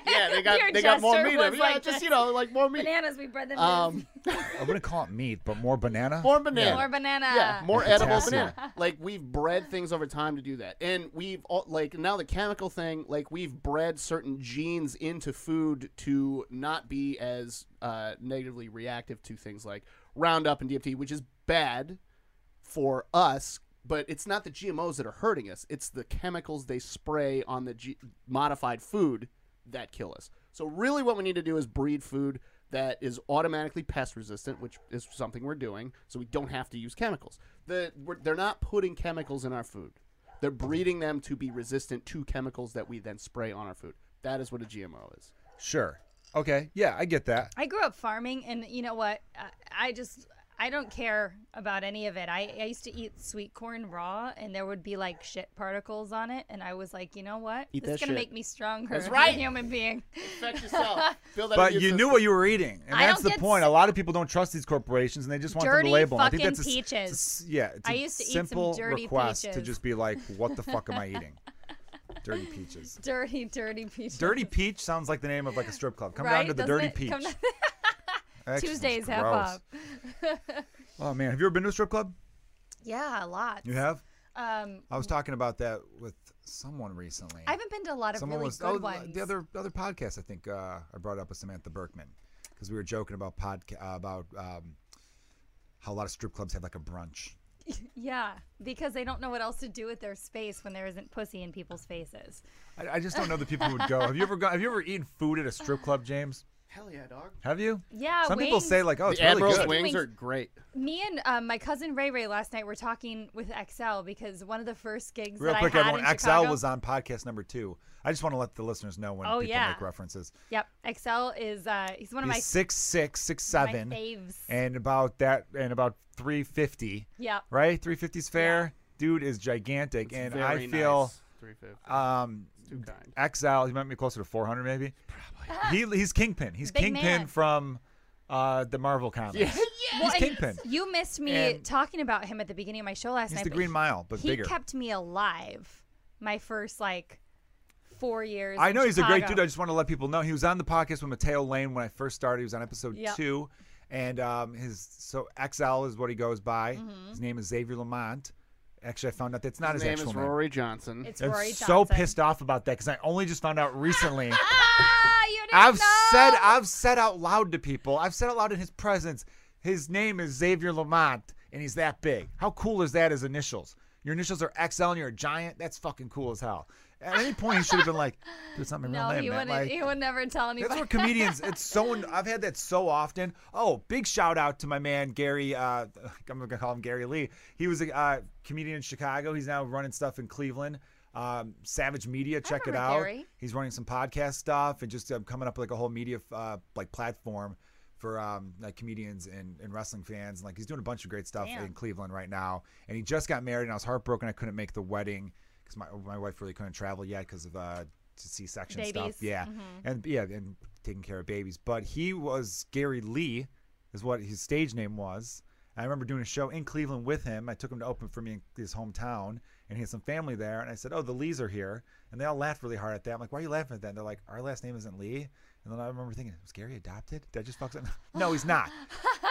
C: yeah,
A: [laughs] they got they got more meat. in it. Yeah, just you know, like more meat.
C: Bananas, we bred them.
A: Um,
B: I wouldn't call it meat, but more banana.
A: more banana.
C: in. more banana.
A: Yeah, more edible
B: Potassium.
A: banana. Like we've bred things over time to do that, and we've all, like now the chemical thing. Like we've bred certain genes into food to not be as uh, negatively reactive to things like Roundup and DMT, which is bad for us. But it's not the GMOs that are hurting us; it's the chemicals they spray on the G- modified food that kill us. So really, what we need to do is breed food that is automatically pest resistant, which is something we're doing, so we don't have to use chemicals. The, we're, they're not putting chemicals in our food; they're breeding them to be resistant to chemicals that we then spray on our food. That is what a GMO is.
B: Sure. Okay. Yeah, I get that.
C: I grew up farming, and you know what? I, I just I don't care about any of it. I, I used to eat sweet corn raw, and there would be like shit particles on it, and I was like, you know what?
A: Eat
C: this
A: that
C: is gonna
A: shit.
C: make me stronger.
A: That's
C: as a
A: right.
C: human being. [laughs]
A: Infect yourself. Build that
B: But
A: immune
B: you knew
A: system.
B: what you were eating, and
C: I
B: that's
C: don't
B: the
C: get
B: point.
C: s-
B: A lot of people don't trust these corporations, and they just want them to
C: Dirty
B: label. 'em. I think
C: fucking
B: that's a s- it's a s-
C: peaches.
B: yeah, it's
C: I
B: a
C: used to eat some
B: simple
C: dirty
B: request to
C: peaches.
B: just be like, "What the fuck am I eating?"
C: [laughs]
B: dirty peaches.
C: Dirty, dirty peaches.
B: Dirty peach sounds like the name of like a strip club. Come down
C: Right?
B: to the
C: Doesn't
B: dirty
C: it?
B: peach.
C: Come down-
B: That shit's
C: Tuesdays half
B: gross.
C: off.
B: [laughs] Oh man, have you ever been to a strip club?
C: Yeah, a lot.
B: You have.
C: Um,
B: I was talking about that with someone recently.
C: I haven't been to a lot of
B: Someone
C: really
B: was
C: good
B: oh,
C: ones.
B: the other the other podcast I think uh, I brought up with Samantha Berkman because we were joking about podca- uh, about um, how a lot of strip clubs have like a brunch.
C: Yeah, because they don't know what else to do with their space when there isn't pussy in people's faces.
B: I, I just don't know that people would go. Have you ever gone, have you ever eaten food at a strip club, James?
A: Hell yeah, dog.
B: Have you?
C: Yeah,
B: Some people say like, oh, it's
A: the
B: really
A: Admiral's
B: good.
C: wing-
A: wings
C: Wings.
A: are great.
C: Me and um, my cousin Ray Ray last night were talking with XL because one of the first gigs
B: Real
C: that
B: quick,
C: I had
B: everyone.
C: in
B: XL
C: Chicago.
B: was on podcast number two. I just want to let the listeners know when
C: Oh,
B: people
C: yeah.
B: make references.
C: Yep, XL is uh, he's one of my
B: He's six six six seven,
C: my faves.
B: and about that, and about three fifty.
C: Yep.
B: Right, three fifty's fair. Dude is gigantic, and I feel
A: three fifty.
B: um,
A: Too kind. [laughs]
B: XL. He might be closer to 400, maybe. Probably. [laughs] He, he's Kingpin. He's
C: Big
B: Kingpin
C: man.
B: from uh, the Marvel comics.
A: Yeah.
B: He's
C: and
B: Kingpin.
C: You missed me
B: And-
C: talking about him at the beginning of my show last
B: He's
C: night.
B: the
C: but
B: Green Mile, but
C: he
B: bigger.
C: kept me alive my first like four years.
B: I
C: in
B: know he's a great
C: Chicago.
B: dude. I just want to let people know he was on the podcast with Mateo Lane when I first started. He was on episode
C: Yep.
B: two, and um, his so XL is what he goes by.
C: Mm-hmm.
B: His name is Xavier Lamont. Actually, I found out that's not his,
A: His name
B: actual
A: is Rory Johnson.
C: It's
B: name.
C: Rory
B: I'm so
C: Johnson.
B: pissed off about that because I only just found out
C: [laughs]
B: recently.
C: Ah, you didn't
B: I've
C: know.
B: said I've said out loud to people. I've said out loud in his presence. His name is Xavier Lamont, and he's that big. How cool is that? As initials, your initials are XL, and you're a giant. That's fucking cool as hell. At any point, he should have been like, "Dude, it's not my
C: No,
B: real name,
C: he
B: man."
C: wouldn't.
B: Like,
C: he would never tell
B: that's
C: anybody.
B: where comedians. It's
C: [laughs]
B: so. I've had that so often. Oh, big shout out to my man Gary. Uh, [laughs] I'm gonna call him Gary Lee. He was a uh, comedian in Chicago. He's now running stuff in Cleveland. Um, Savage Media, check it
C: remember
B: out.
C: Gary.
B: He's running some podcast stuff and just um, coming up with like a whole media uh, like platform for um, like comedians and, and wrestling fans. And, like he's doing a bunch of great stuff
C: Damn.
B: in Cleveland right now. And he just got married, and I was heartbroken I couldn't make the wedding because my my wife really couldn't travel yet because of uh, C-section stuff.
C: Babies. Mm-hmm.
B: Yeah, and yeah, and taking care of babies. But he was Gary Lee, is what his stage name was. I remember doing a show in Cleveland with him. I took him to open for me in his hometown, and he had some family there. And I said, "Oh, the Lees are here," and they all laughed really hard at that. I'm like, "Why are you laughing at that?" And they're like, "Our last name isn't Lee." And then I remember thinking, "Was Gary adopted? Did I just fuck something?" [laughs] no, he's
C: [laughs]
B: not.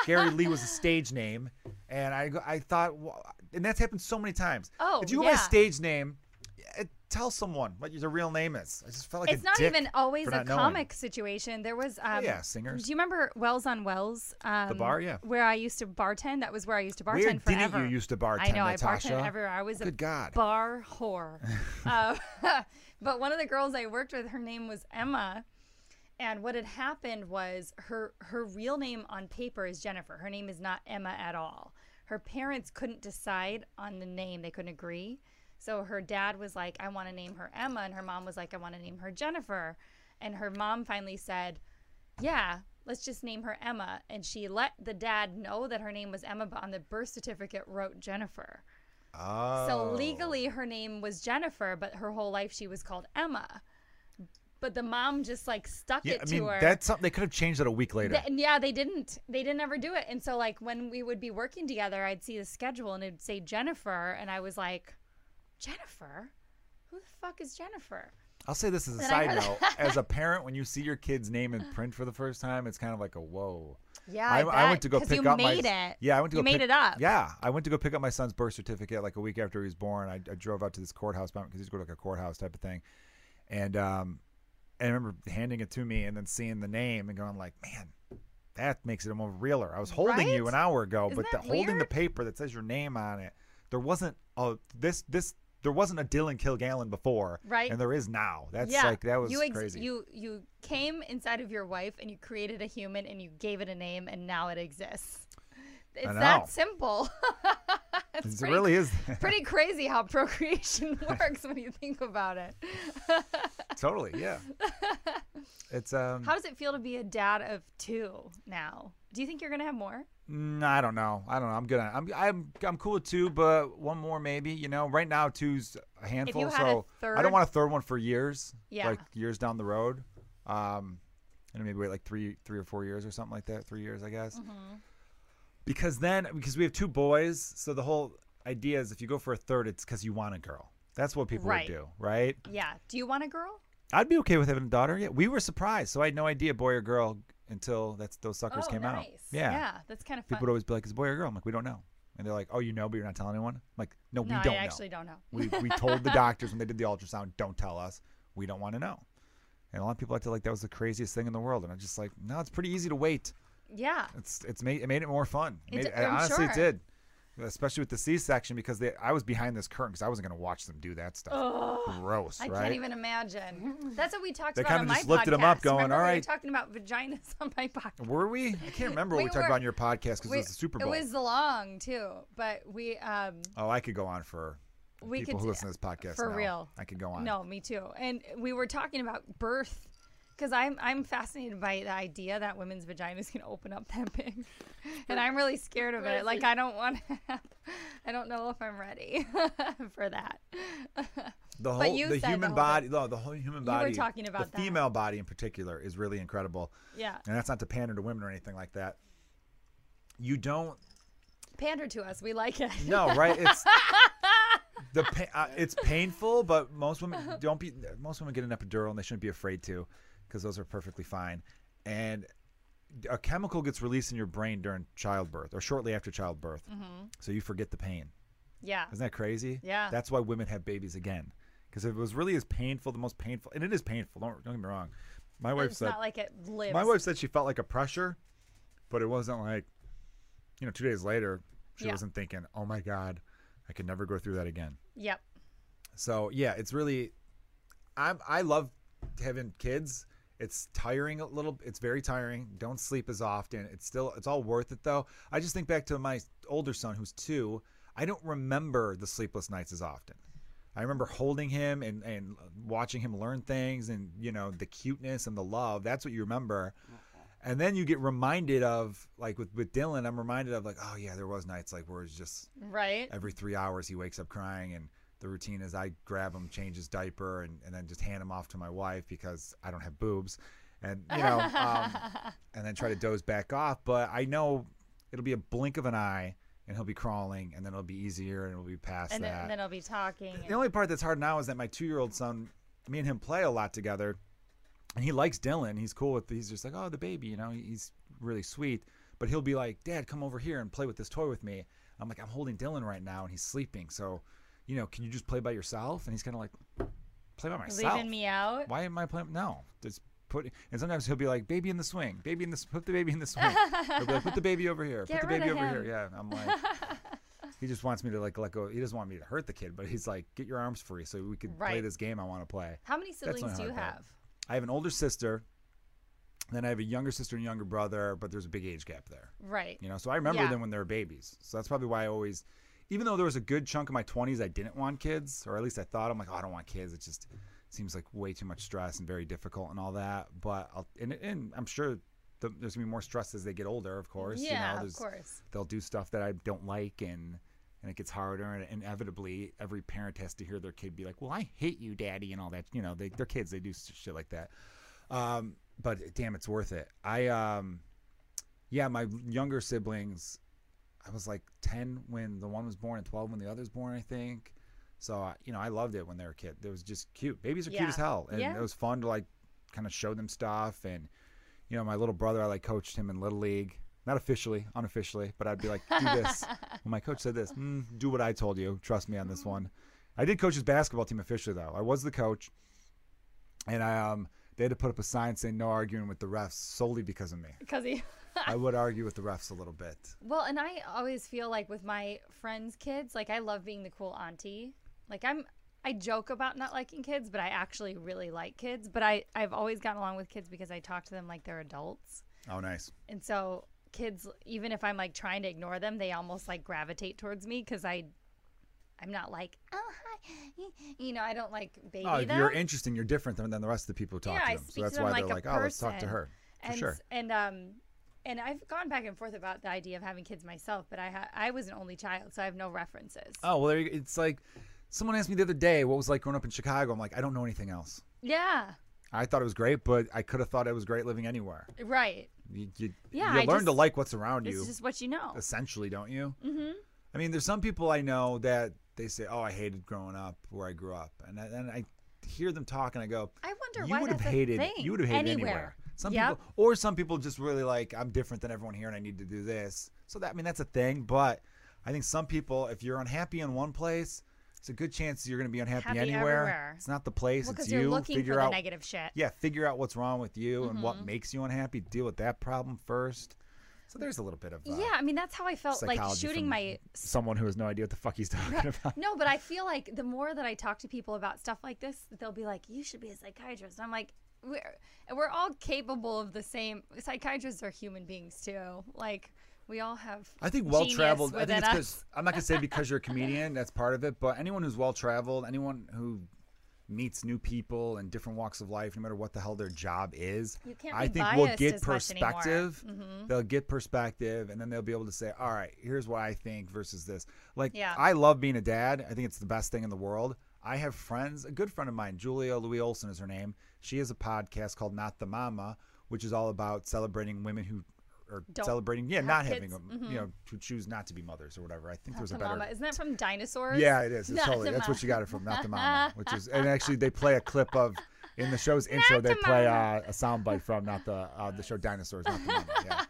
B: Gary Lee was a stage name, and I go- I thought, "Wha- and that's happened so many times.
C: Oh,
B: if you go by
C: yeah.
B: stage name, eh, tell someone what your real name is. I just felt like a
C: it's not
B: dick
C: even always
B: for
C: a
B: not knowing. Oh,
C: comic situation. There was um,
B: yeah, singers.
C: Do you remember Wells on Wells? Um,
B: bar, yeah.
C: Where I used to bartend. That was where I used to bartend
B: Where
C: forever.
B: didn't you used to bartend,
C: I know.
B: Natasha?
C: I bartended everywhere. I was a
B: Good God.
C: bar whore. uh, [laughs] but one of the girls I worked with, her name was Emma. And what had happened was her her real name on paper is Jennifer. Her name is not Emma at all. Her parents couldn't decide on the name. They couldn't agree. So her dad was like, "I want to name her Emma," and her mom was like, "I want to name her Jennifer." And her mom finally said, "Yeah, let's just name her Emma." And she let the dad know that her name was Emma, but on the birth certificate wrote Jennifer.
B: Oh.
C: So legally, her name was Jennifer, but her whole life she was called Emma. But the mom just like stuck
B: Yeah,
C: it
B: I
C: to
B: mean
C: her.
B: that's something they could have changed it a week later.
C: Th- and yeah, they didn't. They didn't ever do it. And so like when we would be working together, I'd see the schedule and it'd say Jennifer, and I was like, Jennifer, who the fuck is Jennifer?
B: I'll say this as a
C: Then I
B: side
C: heard-
B: note:
C: [laughs]
B: as a parent, when you see your kid's name in print for the first time, it's kind of like a whoa.
C: Yeah, I,
B: went
C: bet,
B: to go
C: 'cause
B: pick
C: you
B: up
C: made
B: my.
C: it.
B: Yeah, I went to
C: you
B: go
C: made
B: pick,
C: it up.
B: Yeah, I went to go pick up my son's birth certificate like a week after he was born. I, I drove out to this courthouse because he's going to like a courthouse type of thing, and um, and I remember handing it to me and then seeing the name and going like, man, that makes it more realer. I was holding you
C: Right?
B: an hour ago,
C: Isn't
B: but the,
C: that
B: holding the
C: weird?
B: paper that says your name on it, there wasn't a this this there wasn't a Dylan Kilgallen before,
C: Right.
B: And there is now. That's
C: yeah,
B: like that was
C: you ex-
B: crazy.
C: You you came inside of your wife and you created a human and you gave it a name and now it exists. It's
B: know.
C: that simple. [laughs] it's
B: it
C: pretty-
B: really
C: [laughs]
B: is [laughs]
C: pretty crazy how [laughs] procreation works when you think about it. [laughs]
B: totally yeah. It's um.
C: How does it feel to be a dad of two now? Do you think you're gonna have more?
B: Mm, I don't know. I don't know. I'm good. On, I'm I'm I'm cool with two, but one more maybe. You know, right now two's a handful.
C: had a
B: so I
C: third-
B: don't want a third one for years.
C: Yeah.
B: Like years down the road. Um, and maybe wait like three three or four years or something like that. Three years, I
C: Mm.
B: guess.
C: Mm-hmm.
B: Because then because we have two boys, so the whole idea is if you go for a third, it's because you want a girl. That's what people
C: Right.
B: would do, right?
C: Yeah. Do you want a girl?
B: I'd be okay with having a daughter. Yeah, we were surprised, so I had no idea boy or girl until that's those suckers
C: oh,
B: came out.
C: nice. Yeah, that's kind of fun.
B: People would always be like, "Is a boy or a girl?" I'm like, "We don't know," and they're like, "Oh, you know, but you're not telling anyone." I'm like, "No, we
C: no,
B: don't
C: I actually
B: know.
C: don't know. [laughs]
B: we we told the doctors when they did the ultrasound, don't tell us. We don't want to know." And a lot of people acted like that was the craziest thing in the world, and I'm just like, "No, it's pretty easy to wait.
C: Yeah.
B: It's it's made it made it more fun. It
C: It
B: made,
C: d-
B: and
C: I'm
B: honestly, it
C: sure.
B: did." Especially with the C-section because they, I was behind this curtain because I wasn't gonna watch them do that stuff. Gross,
C: I
B: right?
C: can't
B: [laughs]
C: even imagine. That's what we talked
B: They
C: about
B: kinda
C: on my
B: just lifted 'em
C: podcast.
B: up, going,
C: Remember
B: "All
C: we were
B: right."
C: talking about vaginas [laughs] on my podcast.
B: Were we? I can't remember what
C: We
B: we talked
C: were-
B: about on your podcast because it
C: We-
B: was the Super Bowl.
C: It was long too, but we um
B: oh, I could go on for
C: we
B: people
C: could
B: who
C: do-
B: listen to this podcast
C: for
B: know.
C: real.
B: I could go on.
C: No, me too. And we were talking about birth because I'm I'm fascinated by the idea that women's vaginas can open up that big, [laughs] and I'm really scared of it. Like I don't want to. Have, I don't know if I'm ready [laughs] for that.
B: The whole
C: you
B: the
C: said the
B: human
C: whole
B: body, no, the whole human
C: were
B: body.
C: talking about
B: the
C: that.
B: female body in particular is really incredible,
C: yeah,
B: and that's not to pander to women or anything like that. You don't
C: pander to us. We like it.
B: no right.
C: [laughs]
B: It's the pa- uh, it's painful, but most women don't be. Most women get an epidural and they shouldn't be afraid to, because those are perfectly fine. And a chemical gets released in your brain during childbirth or shortly after childbirth,
C: Mm-hmm.
B: so you forget the pain.
C: Yeah,
B: Isn't that crazy?
C: Yeah.
B: That's why women have babies again. Because if it was really as painful, the most painful, and it is painful. Don't, don't get me wrong. My wife
C: it's
B: said
C: not like it lives.
B: my wife said she felt like a pressure, but it wasn't like, you know, two days later she
C: Yeah.
B: wasn't thinking, oh my god, I could never go through that again.
C: Yep.
B: So yeah, it's really, I'm I love having kids. It's tiring a little. It's very tiring. Don't sleep as often. It's still it's all worth it though. I just think back to my older son who's two. I don't remember the sleepless nights as often. I remember holding him and, and watching him learn things and you know the cuteness and the love. That's what you remember. And then you get reminded of like with, with Dylan, I'm reminded of like, oh yeah, there was nights like where it's just
C: Right.
B: every three hours he wakes up crying and the routine is i grab him change his diaper and, and then just hand him off to my wife because i don't have boobs and you
C: [laughs]
B: know um, and then try to doze back off but i know it'll be a blink of an eye and he'll be crawling and then it'll be easier and it'll be past
C: And
B: that
C: then, then I'll be talking.
B: the only part that's hard now is that my two-year-old son me and him play a lot together and he likes dylan he's cool with he's just like oh the baby you know he's really sweet but he'll be like dad come over here and play with this toy with me i'm like i'm holding dylan right now and he's sleeping so you know can you just play by yourself and he's kind of like play by
C: and
B: myself
C: leaving me out.
B: why am i playing no just put and sometimes he'll be like baby in the swing baby in the s- put the baby in the swing he'll be like put the baby over here
C: Get
B: put the
C: rid
B: baby
C: of
B: over here
C: him.
B: yeah i'm
C: [laughs]
B: like he just wants me to like let go. He doesn't want me to hurt the kid, but he's like, get your arms free so we could play
C: Right.
B: this game I want to play.
C: How many
B: the
C: siblings do you
B: hard part.
C: have?
B: I have an older sister, then I have a younger sister and younger brother, but there's a big age gap there.
C: Right.
B: You know, so I remember
C: Yeah.
B: them when they were babies. So that's probably why I always, even though there was a good chunk of my 20s I didn't want kids, or at least I thought I'm like, oh, I don't want kids. It just seems like way too much stress and very difficult and all that. But I'll, and, and I'm sure the, there's gonna be more stress as they get older, of course. you know,
C: Yeah, of
B: there's-
C: course.
B: they'll do stuff that I don't like and and it gets harder and inevitably every parent has to hear their kid be like, "Well, I hate you, daddy," and all that. You know, they, they're kids; they do s- shit like that. Um, but damn, it's worth it. I um, yeah, my younger siblings, I was like ten when the one was born and twelve when the other's born, I think. So I- you know, I loved it when they were a kid. It was just cute. Babies are cute
C: Yeah.
B: as hell, and
C: Yeah.
B: it was fun to like kind of show them stuff and you know, my little brother, I like coached him in little league, not officially, unofficially, but I'd be like, do
C: [laughs]
B: this. when my coach said this, mm, do what I told you. Trust me on this one. I did coach his basketball team officially though. I was the coach, and I um, They had to put up a sign saying no arguing with the refs solely because
C: [laughs]
B: of me.
C: because he.
B: I would argue with the refs a little bit.
C: Well, and I always feel like with my friends' kids, like I love being the cool auntie. Like I'm I joke about not liking kids, but I actually really like kids, but I I've always gotten along with kids because I talk to them like they're adults.
B: Oh, nice.
C: And so kids even if I'm like trying to ignore them, they almost like gravitate towards me cuz I I'm not like, "Oh, hi." [laughs] You know, I don't like baby
B: Oh,
C: them.
B: you're interesting. You're different than than the rest of the people who talk
C: Yeah,
B: to
C: I
B: them.
C: speak
B: So
C: to
B: that's
C: them
B: why
C: like
B: they're
C: a
B: like, oh, let's talk to
C: person.
B: her. For
C: and
B: sure.
C: and um and I've gone back and forth about the idea of having kids myself, but I ha- I was an only child, so I have no references.
B: Oh, well, there you, it's like someone asked me the other day what was like growing up in Chicago. I'm like, I don't know anything else.
C: yeah.
B: I thought it was great, but I could have thought it was great living anywhere.
C: Right.
B: You, you,
C: Yeah,
B: you
C: I
B: learn to
C: just-
B: like what's around
C: This
B: you,
C: is just what you know.
B: essentially, don't you?
C: Mm-hmm.
B: I mean, there's some people I know that they say, "Oh, I hated growing up where I grew up," and I, and I hear them talk and I go,
C: I wonder
B: "You
C: why
B: would have
C: that's a
B: hated.
C: thing.
B: You would have hated anywhere."
C: anywhere.
B: Some
C: Yep.
B: people, or some people just really like, "I'm different than everyone here, and I need to do this." So that I mean, that's a thing. But I think some people, if you're unhappy in one place, it's a good chance you're going to be unhappy
C: Happy
B: anywhere.
C: everywhere.
B: It's not the place;
C: Well,
B: it's
C: because
B: you.
C: you're looking
B: figure
C: for
B: out,
C: the negative Mm-hmm. shit.
B: yeah, figure out what's wrong with you and what makes you unhappy. Deal with that problem first. So there's a little bit of uh,
C: Yeah, I mean that's how I felt like
B: psychology
C: shooting
B: from [laughs]
C: my
B: someone who has no idea what the fuck he's [laughs] talking about.
C: No, but I feel like the more that I talk to people about stuff like this, they'll be like, "You should be a psychiatrist." And I'm like, "We're and we're all capable of the same. Psychiatrists are human beings too. Like we all have."
B: I think
C: genius uh,
B: well traveled. I think
C: within
B: it's
C: us.
B: because I'm not gonna say because you're a comedian. That's part of it. But anyone who's well traveled, anyone who meets new people in different walks of life, no matter what the hell their job is,
C: You can't
B: I
C: be
B: think we'll
C: biased
B: get
C: as much anymore. Mm-hmm.
B: perspective. They'll get perspective, and then they'll be able to say, "All right, here's what I think versus this." Like,
C: Yeah.
B: I love being a dad. I think it's the best thing in the world. I have friends. A good friend of mine, Julia Louis Olson, is her name. She has a podcast called Not the Mama, which is all about celebrating women who are
C: Don't
B: celebrating, yeah,
C: have
B: not
C: kids.
B: having them, you know, to choose not to be mothers or whatever. I think there's a
C: Mm-hmm. The
B: better.
C: mama. Isn't that from dinosaurs?
B: Yeah, it
C: [laughs]
B: is. It's
C: Not
B: totally.
C: the
B: That's what
C: mama.
B: you got it from, not the mama, which is, and actually they play a clip of in the
C: [laughs]
B: show's intro.
C: the
B: they play uh,
C: mama.
B: a soundbite from not the uh, the show Dinosaurs, not the mama.
C: [laughs]
B: Yeah.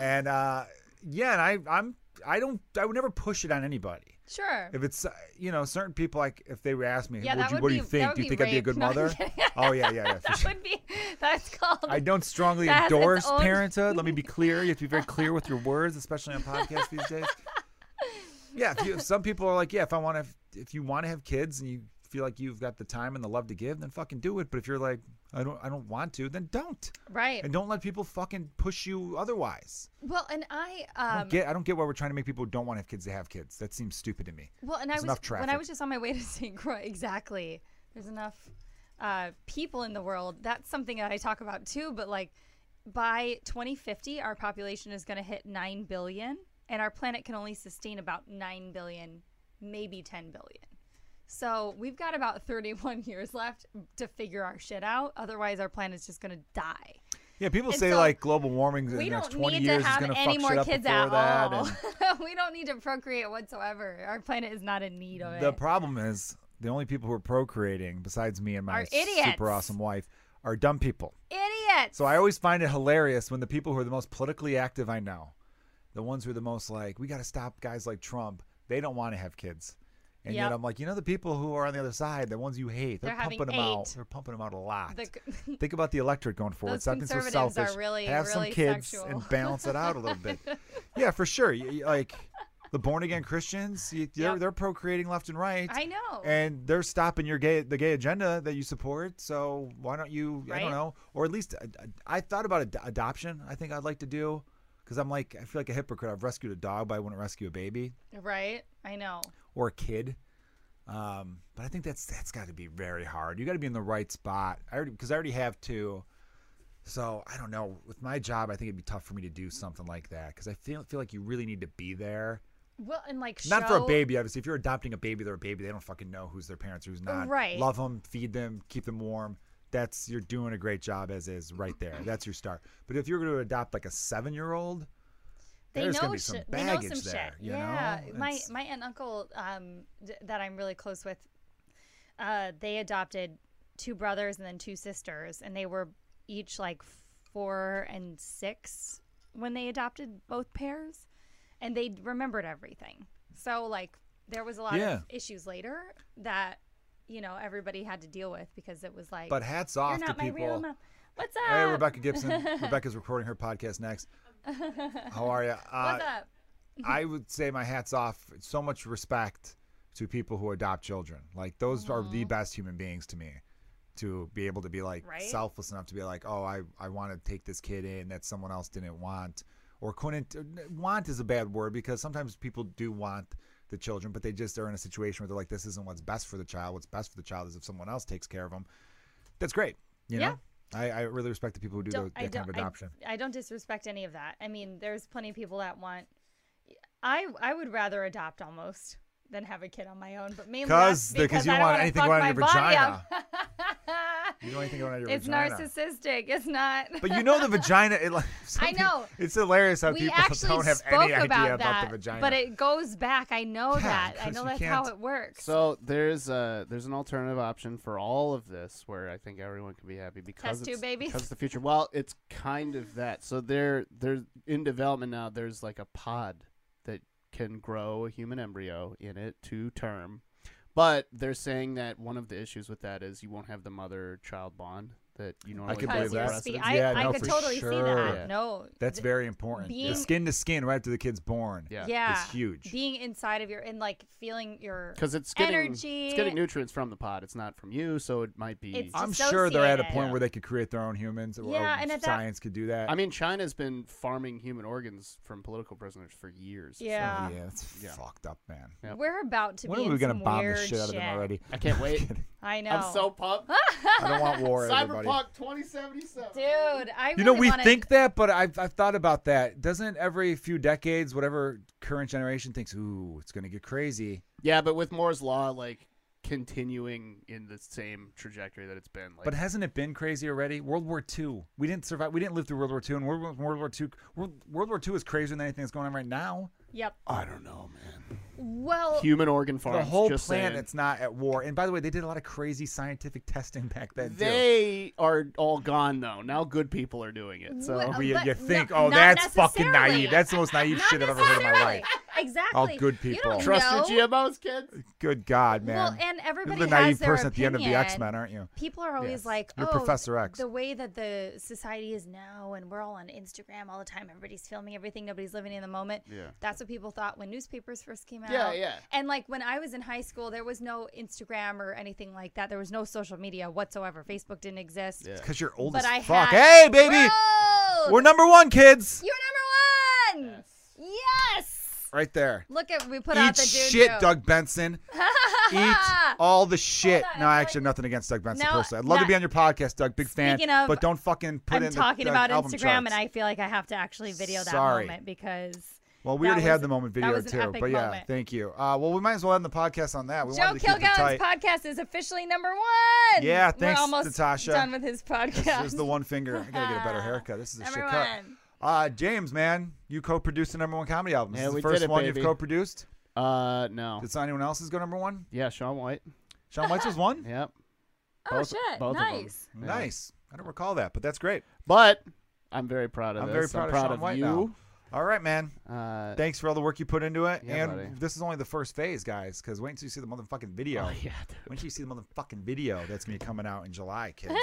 B: And uh, yeah, and I I'm I don't I would never push it on anybody.
C: Sure.
B: If it's uh, you know certain people like if they were asked me,
C: Yeah,
B: would
C: that
B: you,
C: would
B: what
C: be-
B: do you
C: that
B: think?
C: would
B: Do you
C: be
B: think I'd be a
C: rape.
B: good
C: No, I'm
B: mother?
C: kidding. [laughs]
B: Oh yeah, yeah, yeah. For
C: that
B: sure.
C: would be. That's called.
B: I don't strongly
C: That has its
B: endorse
C: own-
B: parenthood. Let me be clear. You have to be very clear with your words, especially on podcasts these
C: [laughs]
B: days. Yeah, if you, if some people are like, yeah, if I want to, if you want to have kids and you feel like you've got the time and the love to give, then fucking do it. But if you're like, I don't, I don't want to, then don't,
C: right.
B: and don't let people fucking push you otherwise.
C: Well, and I.
B: I
C: Um,
B: don't get, I don't get why we're trying to make people who don't want to have kids to have kids. That seems stupid to me.
C: Well, and I
B: There's
C: was
B: enough
C: when I
B: traffic.
C: was just on my way to [laughs] St. Croix. Exactly. There's enough uh, people in the world. That's something that I talk about too. But like by 2050, our population is going to hit nine billion, and our planet can only sustain about nine billion, maybe 10 billion. So we've got about 31 [laughs] years left to figure our shit out. Otherwise, our planet's just going to die.
B: Yeah, people
C: And
B: say
C: so
B: like global warming in the
C: We
B: next
C: don't
B: 20
C: need
B: years
C: to
B: is
C: have
B: going to fuck
C: any
B: shit
C: more
B: up
C: kids
B: before
C: at
B: that.
C: all.
B: and-
C: [laughs] we don't need to procreate whatsoever. Our planet is not in need of it.
B: The problem is the only people who are procreating, besides me and my
C: Are idiots.
B: super awesome wife, are dumb people.
C: Idiots.
B: So I always find it hilarious when the people who are the most politically active I know, the ones who are the most like, we got to stop guys like Trump. They don't want to have kids. And
C: Yep.
B: yet I'm like, you know, the people who are on the other side, the ones you hate, they're,
C: They're having
B: pumping them out.
C: eight.
B: They're pumping them out a lot.
C: The-
B: Think about the electorate going forward.
C: Those
B: Something so
C: conservatives are
B: selfish.
C: really,
B: Have some
C: really
B: kids
C: sexual.
B: and balance it out a little
C: [laughs]
B: bit. yeah, for sure. You- you- like the born again Christians, you, they're,
C: Yep.
B: they're procreating left and right
C: [laughs] I know.
B: and they're stopping your gay the gay agenda that you support. So why don't you? I
C: Right.
B: don't know, or at least I, I thought about ad- adoption. I think I'd like to do because I'm like I feel like a hypocrite. I've rescued a dog, but I wouldn't rescue a baby
C: Right? I know.
B: or a kid. Um, but I think that's that's got to be very hard. You got to be in the right spot. I already because I already have two. So I don't know. With my job, I think it'd be tough for me to do something like that because I feel feel like you really need to be there.
C: Well, and like
B: Not for
C: show-
B: a baby, obviously. If you're adopting a baby, they're a baby. They don't fucking know who's their parents, who's not.
C: Right.
B: Love them, feed them, keep them warm. That's you're doing a great job as is right
C: [clears throat]
B: there. That's your start. But if you're going to adopt like a seven year old,
C: They
B: there's
C: know
B: gonna be some
C: shit.
B: baggage
C: they know some
B: there.
C: shit.
B: You
C: yeah.
B: know,
C: My
B: It's-
C: my aunt and uncle um d- that I'm really close with, uh, they adopted two brothers and then two sisters, and they were each like four and six when they adopted both pairs, and they remembered everything. So like there was a lot
B: Yeah.
C: of issues later that you know everybody had to deal with because it was like
B: But hats
C: you're
B: off to
C: not my real Ah.
B: people. [laughs]
C: mom. What's up?
B: Hey,
C: [laughs]
B: Rebecca Gibson. Rebecca's recording her podcast next. How are you? Uh,
C: What's up?
B: I would say my hat's off. So much respect to people who adopt children. Like those are the best human beings to me. To be able to be like
C: Mm-hmm. Right?
B: selfless enough to be like, oh, I I want to take this kid in that someone else didn't want or couldn't. Want is a bad word because sometimes people do want the children, but they just are in a situation where they're like, this isn't what's best for the child. What's best for the child is if someone else takes care of them. That's great. You
C: Yeah.
B: know, I, I really respect the people who do tho-
C: Don't-
B: that kind of adoption.
C: I, I don't disrespect any of that. I mean, there's plenty of people that want. I I would rather adopt almost than have a kid on my own, but mainly that's
B: Because- because you
C: I
B: don't
C: don't
B: want
C: wanna
B: anything
C: fuck
B: going
C: my
B: in your
C: body up.
B: you know anything
C: [laughs]
B: about your
C: it's
B: vagina?
C: narcissistic. It's not. [laughs]
B: But you know the vagina. It, like, [laughs] some
C: I
B: people-
C: know.
B: It's hilarious how
C: we
B: people [laughs]
C: actually
B: don't have
C: spoke
B: any idea
C: about
B: about,
C: that,
B: the vagina.
C: but it goes back. I know
B: Yeah,
C: that. I
B: because
C: know
B: you
C: that's how
B: can't-
C: it works.
A: So there's a there's an alternative option for all of this where I think everyone can be happy because
C: Test tube
A: it's,
C: babies?
A: because the future. Well, it's kind of that. So they're they're in development now. There's like a pod that can grow a human embryo in it to term, but they're saying that one of the issues with that is you won't have the mother child bond that you normally
B: could
A: get
B: believe
C: because
A: with
C: you're
B: that.
A: breastfeeding.
C: spe- I,
B: Yeah,
C: I
B: no,
C: could
B: for
C: totally see
B: sure.
C: that.
A: Yeah.
C: No,
B: That's
C: th-
B: very important.
C: being-
B: the skin to skin right after the kid's born.
A: Yeah.
C: yeah,
B: huge.
C: Being inside of your and like feeling your
A: because it's getting
C: Energy.
A: it's getting nutrients from the pod. It's not from you, so it might be.
C: It's
B: I'm sure they're at a point
C: Dissociated.
B: where they could create their own humans. Or
C: Yeah, and at that-
B: science could do that.
A: I mean, China's been farming human organs from political prisoners for years. so-
C: Yeah.
B: Oh, yeah, that's
A: Yeah.
B: fucked up, man.
A: Yep.
C: We're about to
B: When
C: be
B: are we
C: in
B: gonna
C: some
B: bomb the
C: weird
B: shit, out of them already?
A: I
B: [laughs]
A: can't wait.
C: I know.
A: I'm so pumped.
B: I don't want war, everybody.
A: Cyberpunk 2077.
C: dude. I
B: You know,
C: really
B: we
C: wanna-
B: think that, but I've, I've thought about that. Doesn't every few decades, whatever current generation thinks, ooh, it's going to get crazy.
A: Yeah, but with Moore's law, like continuing in the same trajectory that it's been. Like,
B: But hasn't it been crazy already? World War II. We didn't survive. We didn't live through World War II, and World War, World War II. World, World War II is crazier than anything that's going on right now.
C: Yep.
A: I don't know, man.
C: Well,
A: Human organ farms.
B: the whole
A: just
B: planet's not at war. And by the way, they did a lot of crazy scientific [laughs] testing back
A: Saying.
B: then too.
A: They are all gone though. Now good people are doing it. So
C: Well,
B: Where you,
C: but
B: you
C: no-
B: think, oh,
C: not
B: that's fucking
C: necessarily.
B: naive. That's the most naive
C: not
B: shit I've ever heard in my
C: necessarily.
B: life.
C: Exactly.
B: All good
C: You
B: people.
C: don't
A: trust
C: know.
A: your GMOs, kids.
B: Good God, man.
C: Well, and
B: You're
C: everybody
B: the
C: has
B: naive
C: their
B: person at the end of the
C: opinion.
B: X Men, aren't you?
C: People are always
A: Yes.
C: like,
B: You're
C: "Oh,
B: Professor X."
C: The way that the society is now, and we're all on Instagram all the time. Everybody's filming everything. Nobody's living in the moment.
A: Yeah.
C: That's what people thought when newspapers first came out.
A: Yeah, yeah.
C: And like when I was in high school, there was no Instagram or anything like that. There was no social media whatsoever. Facebook didn't exist.
A: Yeah.
B: Because you're old
C: But
B: as
C: I
B: fuck.
C: had-
B: hey, baby,
C: Whoa!
B: we're number one, kids.
C: You're number one. Yes.
B: Right there.
C: Look at we put out
B: Eat
C: the dude
B: shit,
C: joke.
B: Doug
C: [laughs]
B: Benson. Eat all the shit.
C: on,
B: No,
C: I
B: I
C: feel
B: actually have nothing against Doug Benson
C: Now,
B: personally. I'd love to
C: not-
B: be on your podcast, Doug. Big fan.
C: Speaking of,
B: but don't fucking put
C: I'm
B: in the-
C: talking
B: the
C: about
B: album
C: Instagram,
B: charts.
C: and I feel like I have to actually video that
B: Sorry.
C: moment because
B: Well, we
C: that
B: already
C: was-
B: had the moment
C: that
B: video
C: was an
B: too,
C: epic
B: but yeah,
C: moment.
B: thank you. Uh, well, we might as well end the podcast on that. We
C: Joe
B: wanted to keep it tight.
C: Kilgown's podcast is officially number one.
B: Yeah,
C: We're
B: thanks,
C: almost
B: Natasha.
C: Done with his podcast.
B: This is the one finger. I gotta get
C: [laughs]
B: a better haircut. This is a
C: Number
B: shit cut.
C: one.
B: Uh, James, man, you co-produced the number one comedy album. This
A: Yeah,
B: is the
A: we
B: first
A: did it,
B: one you've
A: baby.
B: co-produced.
A: Uh, no.
B: Did it's not anyone else's go number one?
A: Yeah, Sean White.
B: Sean White's was one.
A: Yep.
C: oh
A: both-
C: shit!
A: both of 'em.
C: nice.
A: [laughs] Yeah.
B: Nice. I don't recall that, but that's great.
A: But I'm very proud of
B: I'm
A: this.
B: very proud
A: I'm
B: of
A: proud
B: Sean
A: of,
B: White
A: you.
B: All right, man.
A: Uh,
B: Thanks for all the work you put into it.
A: Yeah,
B: and
A: buddy.
B: this is only the first phase, guys, because wait until you see the motherfucking video.
A: oh, yeah, [laughs] dude.
B: Wait until you see the motherfucking video that's going to be coming out in July,
A: [laughs]
B: kids.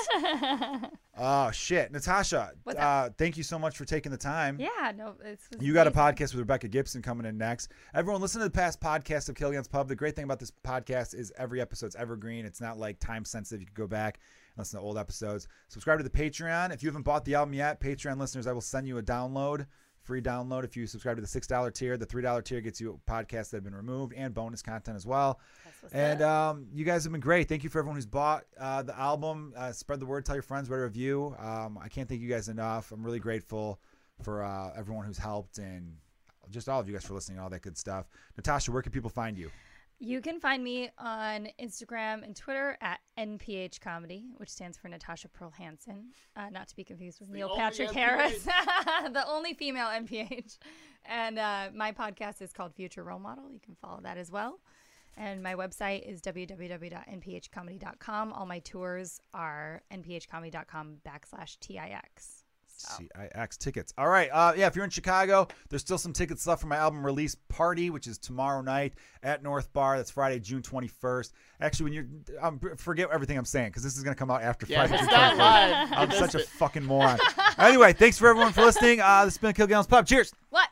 B: oh, shit. Natasha,
C: What's
B: uh, thank you so much for taking the time.
C: Yeah, no, it's.
B: You got a podcast with Rebecca Gibson coming in next. Everyone, listen to the past podcast of Killian's Pub. The great thing about this podcast is every episode's evergreen. It's not like time sensitive. You can go back and listen to old episodes. Subscribe to the Patreon. If you haven't bought the album yet, Patreon listeners, I will send you a download, free download. If you subscribe to the six dollar tier, the three dollar tier gets you podcasts that have been removed and bonus content as well. And um, you guys have been great. Thank you for everyone who's bought uh, the album. Uh, spread the word, tell your friends, write a review. Um, I can't thank you guys enough. I'm really grateful for uh, everyone who's helped and just all of you guys for listening, and all that good stuff. Natasha, where can people find you?
C: You can find me on Instagram and Twitter at NPH Comedy, which stands for Natasha Pearl Hansen, uh, not to be confused with Neil
A: only
C: Patrick Harris, [laughs] the only female NPH. And uh, my podcast is called Future Role Model. You can follow that as well. And my website is www.nphcomedy.com. All my tours are nphcomedy.com backslash TIX.
A: Oh.
B: CIX tickets. All right. Uh, yeah, if you're in Chicago, there's still some tickets left for my album release party, which is tomorrow night at North Bar. That's Friday, June 21st. Actually, when you're, um, forget everything I'm saying because this is going to come out after
A: Yeah, if
B: Friday,
A: it's
B: June
A: not
B: 21st.
A: live. you
B: I'm
A: missed
B: such a
A: it.
B: fucking moron. anyway, thanks for everyone for listening. Uh, this has been Kilgallon's Pub. Cheers.
C: What?